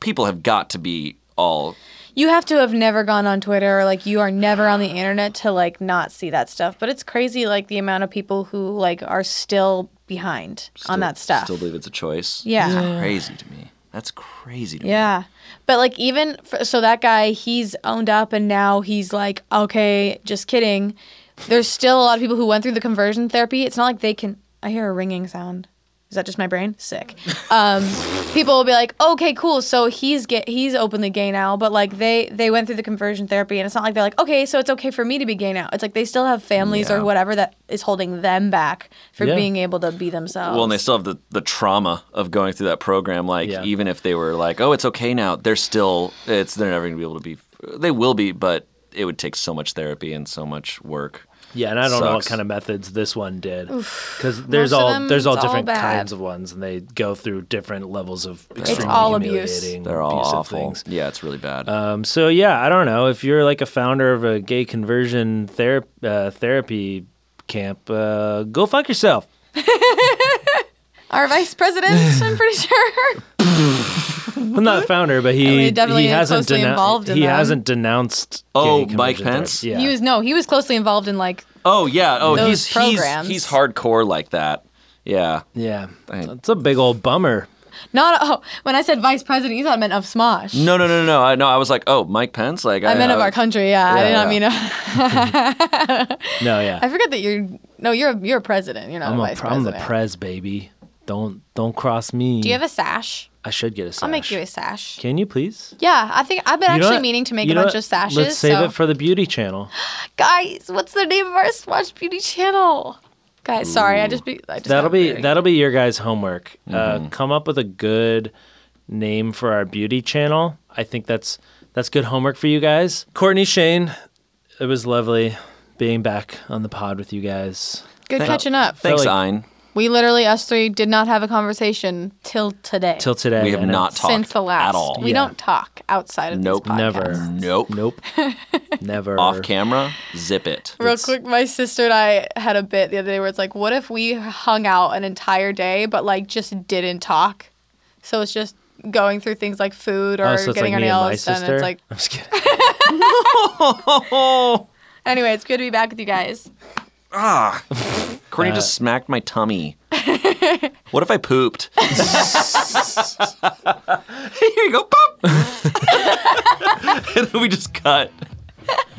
Speaker 3: people have got to be all.
Speaker 4: You have to have never gone on Twitter or like you are never on the internet to like not see that stuff. But it's crazy like the amount of people who like are still behind on
Speaker 3: still-
Speaker 4: that stuff.
Speaker 3: Still believe it's a choice.
Speaker 4: Yeah.
Speaker 3: That's crazy to me. That's crazy to me.
Speaker 4: Yeah. But like even f so that guy he's owned up and now he's like okay, just kidding. There's still a lot of people who went through the conversion therapy. It's not like they can I hear a ringing sound. Is that just my brain? Sick. Um, people will be like, "Okay, cool. So he's get he's openly gay now, but like they they went through the conversion therapy and it's not like they're like, "Okay, so it's okay for me to be gay now." It's like they still have families
Speaker 3: Yeah.
Speaker 4: or whatever that is holding them back for
Speaker 2: Yeah.
Speaker 4: being able to be themselves.
Speaker 3: Well, and they still have the, the trauma of going through that program. Like,
Speaker 2: Yeah.
Speaker 3: even if they were like, "Oh, it's okay now," they're still. It's they're never going to be able to be. They will be, but it would take so much therapy and so much work.
Speaker 2: Yeah, and I don't know what
Speaker 3: Sucks.
Speaker 2: kind of methods this one did, because there's
Speaker 4: Most of
Speaker 2: all
Speaker 4: them,
Speaker 2: there's all
Speaker 4: it's all
Speaker 2: different
Speaker 4: bad.
Speaker 2: kinds of ones, and they go through different levels of extremely
Speaker 4: all abuse.
Speaker 2: humiliating,
Speaker 3: They're all
Speaker 2: abusive
Speaker 3: awful.
Speaker 2: Mm, things.
Speaker 3: Yeah, it's really bad.
Speaker 2: Um, so yeah, I don't know if you're like a founder of a gay conversion therapy uh, therapy camp, uh, go fuck yourself.
Speaker 4: Our vice president, I'm pretty sure.
Speaker 2: Well, not a founder, but
Speaker 4: I mean,
Speaker 2: he
Speaker 4: Mm-hmm. definitely
Speaker 2: he hasn't
Speaker 4: closely involved in
Speaker 2: he
Speaker 4: them.
Speaker 2: hasn't denounced.
Speaker 3: Oh,
Speaker 2: gay
Speaker 3: Mike
Speaker 2: conversion
Speaker 3: Pence?
Speaker 2: therapy. Yeah.
Speaker 4: He was no, he was closely involved in like
Speaker 3: Oh yeah. Oh,
Speaker 4: Those
Speaker 3: he's he's
Speaker 4: programs.
Speaker 3: he's hardcore like that. Yeah.
Speaker 2: yeah,
Speaker 3: Thank-
Speaker 2: it's a big old bummer.
Speaker 4: not. Oh, when I said vice president, you thought I meant of Smosh.
Speaker 3: No, no, no, no, no. I no. I was like, oh, Mike Pence. Like, uh,
Speaker 4: I meant of our country. Yeah, I did not mean.
Speaker 2: No, yeah,
Speaker 4: I forget that you're. No, you're a, you're a president. You're not
Speaker 2: I'm
Speaker 4: a
Speaker 2: a
Speaker 4: vice
Speaker 2: pr- I'm the
Speaker 4: president.
Speaker 2: prez baby. Don't don't cross me.
Speaker 4: Do you have a sash?
Speaker 2: I should get a sash.
Speaker 4: I'll make you a sash.
Speaker 2: Can you please?
Speaker 4: Yeah, I think I've been
Speaker 2: You know
Speaker 4: actually
Speaker 2: what?
Speaker 4: meaning to make
Speaker 2: You
Speaker 4: a
Speaker 2: know
Speaker 4: bunch
Speaker 2: what?
Speaker 4: of sashes.
Speaker 2: Let's save
Speaker 4: so.
Speaker 2: it for the beauty channel.
Speaker 4: guys, what's the name of our Smosh Beauty channel? Guys, sorry, I just be. I just
Speaker 2: That'll
Speaker 4: got
Speaker 2: be
Speaker 4: very-
Speaker 2: that'll be your guys' homework. Uh, come up with a good name for our beauty channel. I think that's that's good homework for you guys. Courtney Shane, it was lovely being back on the pod with you guys.
Speaker 4: good catching up.
Speaker 3: Thanks,
Speaker 2: like-
Speaker 3: Ein.
Speaker 4: We literally us three did not have a conversation till today.
Speaker 2: Till today,
Speaker 3: We have
Speaker 2: I know.
Speaker 3: not talked
Speaker 4: since the last
Speaker 3: at all.
Speaker 4: We
Speaker 2: Yeah.
Speaker 4: don't talk outside of
Speaker 3: Nope.
Speaker 4: this podcast.
Speaker 2: Never.
Speaker 3: Nope.
Speaker 2: Nope. Never.
Speaker 3: Off camera, zip it.
Speaker 4: Real
Speaker 2: It's-
Speaker 4: quick, my sister and I had a bit the other day where it's like, what if we hung out an entire day but like just didn't talk? So it's just going through things like food or
Speaker 2: Oh, so it's
Speaker 4: getting
Speaker 2: like me
Speaker 4: our
Speaker 2: and my
Speaker 4: nails done.
Speaker 2: sister.
Speaker 4: It's like,
Speaker 2: I'm just kidding.
Speaker 4: anyway, it's good to be back with you guys.
Speaker 3: Ah. Courtney just smacked my tummy. what if I pooped? Here you go, pop. and then we just cut.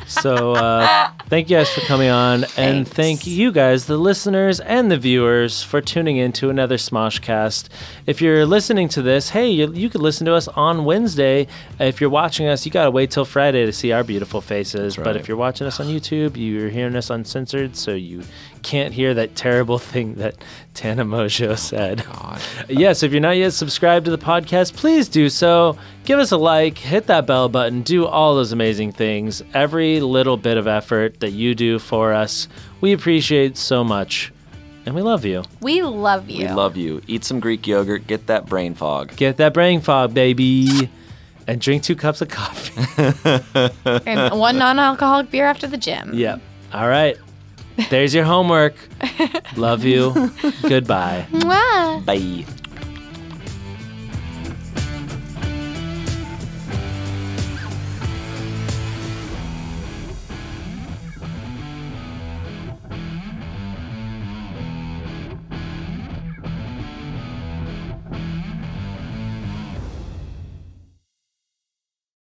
Speaker 2: So uh, thank you guys for coming on, and thank you guys, the listeners and the viewers, for tuning in to another Smoshcast. If you're listening to this, hey, you, you could listen to us on Wednesday. If you're watching us, you gotta wait till Friday to see our beautiful faces. But
Speaker 3: right.
Speaker 2: if you're watching us on YouTube, you're hearing us uncensored, so you can't hear that terrible thing that Tana Mojo said. Yes, if you're not yet subscribed to the podcast, please do so. Give us a like, hit that bell button, do all those amazing things. Every little bit of effort that you do for us, we appreciate so much. And we love you.
Speaker 4: We love you.
Speaker 3: We love you. Eat some Greek yogurt. Get that brain fog.
Speaker 2: Get that brain fog, baby. And drink two cups of coffee.
Speaker 4: and one non alcoholic beer after the gym.
Speaker 2: yep. All right. There's your homework. Love you. Goodbye.
Speaker 4: Mwah.
Speaker 3: Bye.